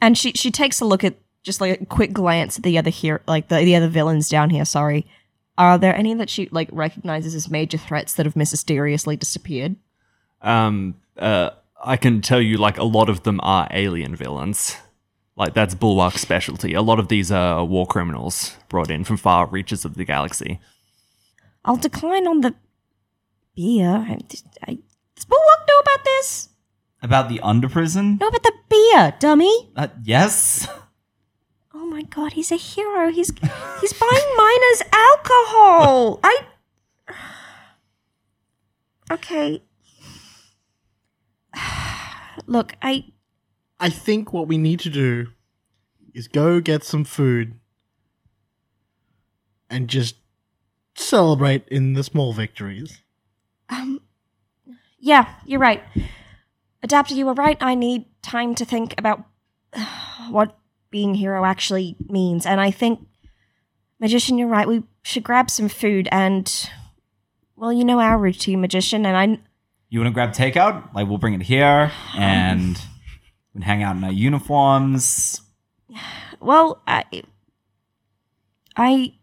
And she she takes a look at just like a quick glance at the other here, like the, the other villains down here. Sorry, are there any that she like recognizes as major threats that have mysteriously disappeared? Um, uh, I can tell you, like, a lot of them are alien villains. Like, that's Bulwark's specialty. A lot of these are war criminals brought in from far reaches of the galaxy. I'll decline on the beer. I, I, does Bulwark know about this? About the under prison? Know about the beer, dummy? Uh, yes. Oh my god, he's a hero. He's he's buying minors alcohol. I Okay. *sighs* Look, I I think what we need to do is go get some food and just celebrate in the small victories. um yeah, you're right. Adapter, you were right. I need time to think about *sighs* what being hero actually means. And I think magician, you're right. We should grab some food and well, you know our routine, magician, and I You want to grab takeout? Like, we'll bring it here Um. and we can hang out in our uniforms. Well, I, I,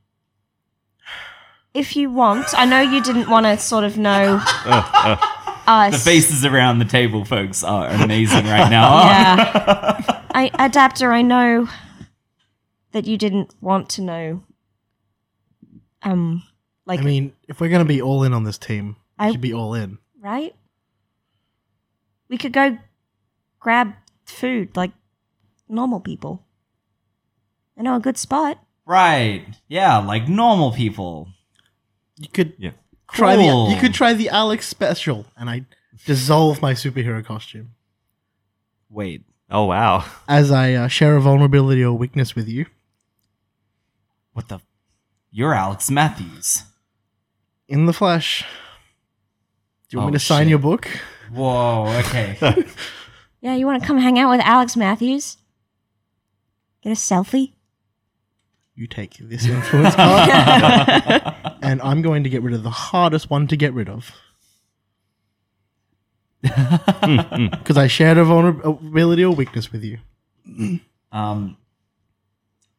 if you want, I know you didn't want to sort of know us. The faces around the table, folks, are amazing right *laughs* now. Yeah. I adapter. I know that you didn't want to know. Um, like I mean, if we're going to be all in on this team, I- we should be all in. right? We could go grab food like normal people. I know a good spot. Right. Yeah, like normal people. You could Yeah. try the Cool. you could try the Alex special and I dissolve my superhero costume Wait. Oh, wow. as I uh, share a vulnerability or weakness with you. What the? You're Alex Matthews. in the flesh. Do you want Oh, me to sign shit. your book? Whoa, okay. *laughs* Yeah, you want to come hang out with Alex Matthews? Get a selfie. You take this *laughs* influence card, and I'm going to get rid of the hardest one to get rid *laughs* of. Because I shared a vulnerability or weakness with you. um,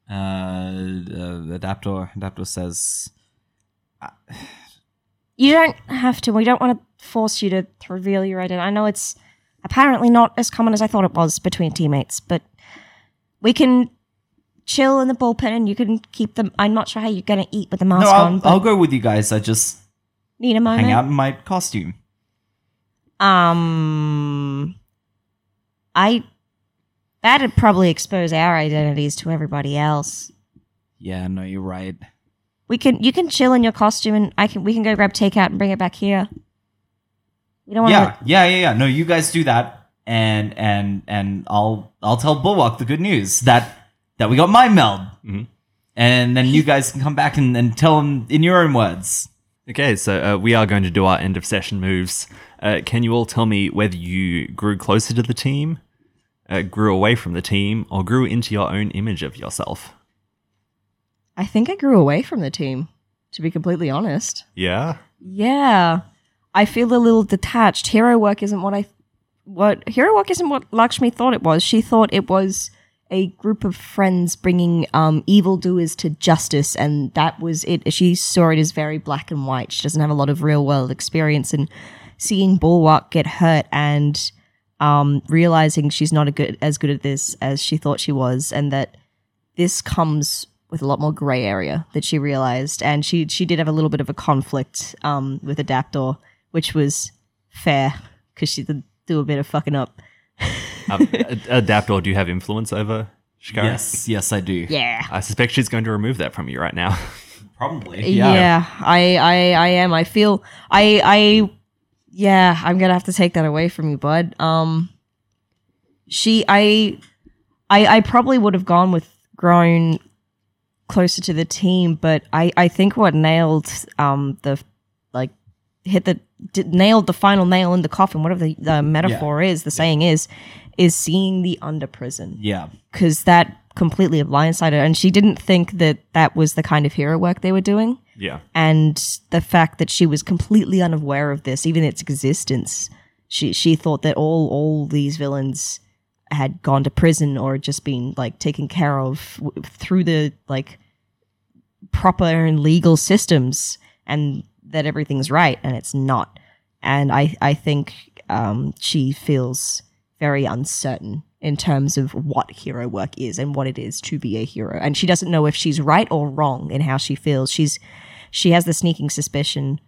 uh, uh, Adaptor, Adaptor says, "I- *laughs* You don't have to. We don't want to force you to reveal your identity. I know it's apparently not as common as I thought it was between teammates, but we can chill in the bullpen and you can keep them. I'm not sure how you're going to eat with the mask No, on, I'll, but I'll go with you guys. I just need a moment. hang out in my costume. Um, I that'd probably expose our identities to everybody else. Yeah, no, you're right. We can you can chill in your costume, and I can we can go grab takeout and bring it back here. We don't want Yeah, yeah, yeah, yeah. No, you guys do that, and and and I'll I'll tell Bulwark the good news that that we got mind meld, Mhm. and then you guys can come back and, and tell him in your own words. Okay, so uh, we are going to do our end of session moves. Uh, can you all tell me whether you grew closer to the team, uh, grew away from the team, or grew into your own image of yourself? I think I grew away from the team, to be completely honest. Yeah. Yeah. I feel a little detached. Hero work isn't what I what hero work isn't what Lakshmi thought it was. She thought it was a group of friends bringing um evildoers to justice and that was it. She saw it as very black and white. She doesn't have a lot of real world experience and seeing Bulwark get hurt and um realizing she's not a good as good at this as she thought she was and that this comes with a lot more gray area that she realized and she she did have a little bit of a conflict um, with adaptor which was fair because she did do a bit of fucking up *laughs* Um, Ad- Adaptor, do you have influence over Shikara? Yes, yes, I do. yeah I suspect she's going to remove that from you right now. Probably. yeah, I, I i am i feel i i yeah i'm gonna have to take that away from you bud um she i i i probably would have gone with grown closer to the team but i i think what nailed um the like hit the d- nailed the final nail in the coffin whatever the, the metaphor is the saying is is seeing the under prison Yeah. because that completely blindsided her and she didn't think that that was the kind of hero work they were doing yeah. and the fact that she was completely unaware of this, even its existence. She she thought that all all these villains had gone to prison or just been like taken care of w- through the like proper and legal systems, and that everything's right, and it's not. And I I think um, she feels very uncertain in terms of what hero work is and what it is to be a hero, and she doesn't know if she's right or wrong in how she feels. She's she has the sneaking suspicion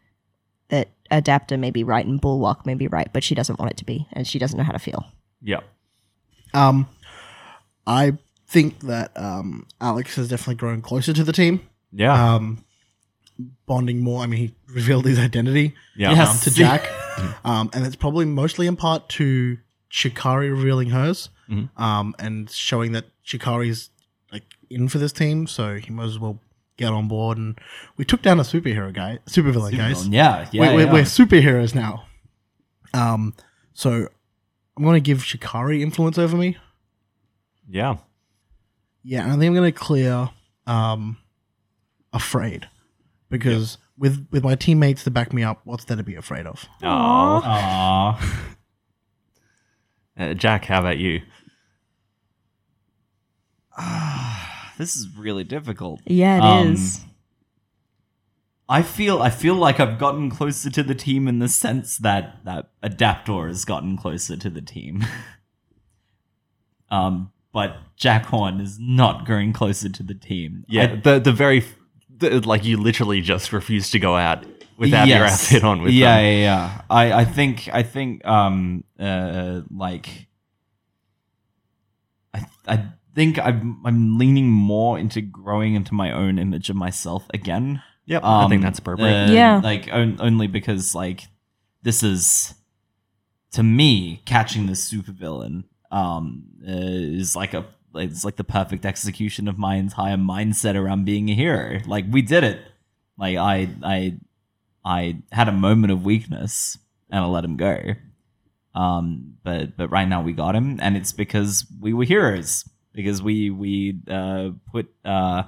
that adapter may be right and bulwark may be right but she doesn't want it to be and she doesn't know how to feel Yeah. Um, I think that um, Alex has definitely grown closer to the team, Uh, Yeah. um, bonding more. I mean, he revealed his identity yeah. Yes. um, to *laughs* Jack, um, and it's probably mostly in part to Shikari revealing hers Mhm. um, and showing that Shikari's like in for this team, so he might as well get on board. And we took down a superhero guy, supervillain guys. Yeah, yeah. we're, we're, yeah. we're superheroes now. Um, so I'm going to give Shikari influence over me. Yeah. Yeah, and I think I'm gonna clear um afraid. Because with with my teammates to back me up, what's there to be afraid of? Oh. Aw. Uh, Jack, how about you? This is really difficult. yeah Um, it is. I feel I feel like I've gotten closer to the team in the sense that that Adaptor has gotten closer to the team. *laughs* um, but Jack Horn is not going closer to the team. Yeah. I- the the very f- the, like you literally just refused to go out without your Yes. outfit on with yeah, them. yeah, yeah. I, I think I think um uh like I I think I'm I'm leaning more into growing into my own image of myself again. Yep. I Um, think that's appropriate. uh, Yeah. Like on- only because like this is to me catching this supervillain um uh, is like a like, it's like the perfect execution of my entire mindset around being a hero. Like we did it. Like I I I had a moment of weakness and I let him go. Um but but right now we got him and it's because we were heroes because we we uh put uh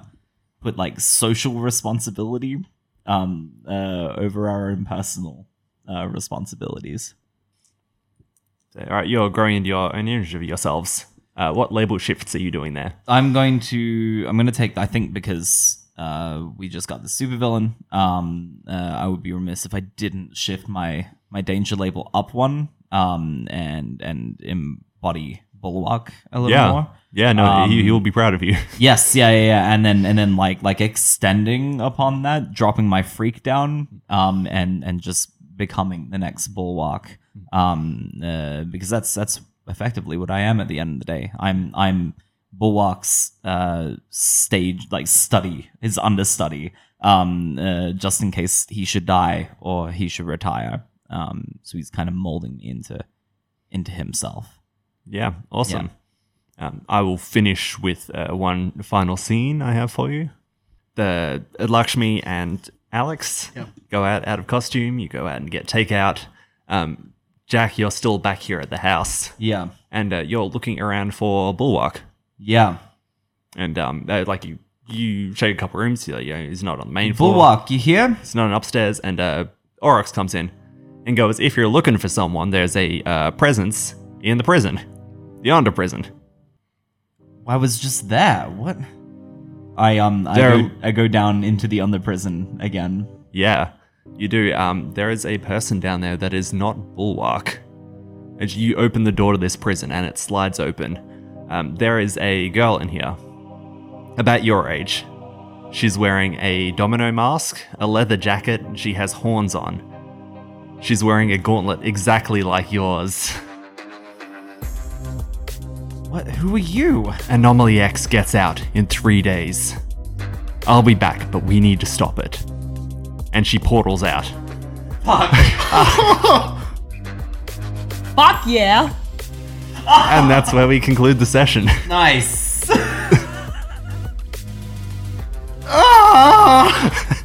put like social responsibility um, uh, over our own personal uh, responsibilities. All right, you're growing into your own image of yourselves. Uh, what label shifts are you doing there? I'm going to I'm going to take I think because uh, we just got the supervillain. Um, uh, I would be remiss if I didn't shift my my danger label up one um, and and embody Bulwark a little yeah, more. yeah. No, he, he'll be proud of you. Yes, yeah, yeah, yeah. And then and then like like extending upon that, dropping my freak down, um, and and just becoming the next bulwark. Um, uh, because that's that's effectively what I am at the end of the day. I'm I'm bulwark's uh stage like study his understudy. Um, uh, just in case he should die or he should retire. Um, so he's kind of molding me into into himself. Yeah, awesome. Um, I will finish with uh, one final scene I have for you. The uh, Lakshmi and Alex go out out of costume. You go out and get takeout. Um, Jack, you're still back here at the house, Yeah, and uh, you're looking around for Bulwark. yeah. And um, uh, like you, you check a couple rooms. You're like, yeah, he's not on the main floor. Bulwark, you here? It's not an upstairs, and uh, Orox comes in and goes, "If you're looking for someone, there's a uh, presence in the prison, the under prison." I was just there. What? I um I There- go, I go down into the under prison again. Yeah, you do. Um, there is a person down there that is not Bulwark. And you open the door to this prison, and it slides open. Um, there is a girl in here, about your age. She's wearing a domino mask, a leather jacket, and she has horns on. She's wearing a gauntlet exactly like yours. What? Who are you? Anomaly X gets out in three days. I'll be back, but we need to stop it. And she portals out. Fuck yeah! And that's where we conclude the session. *laughs* Nice. Ah!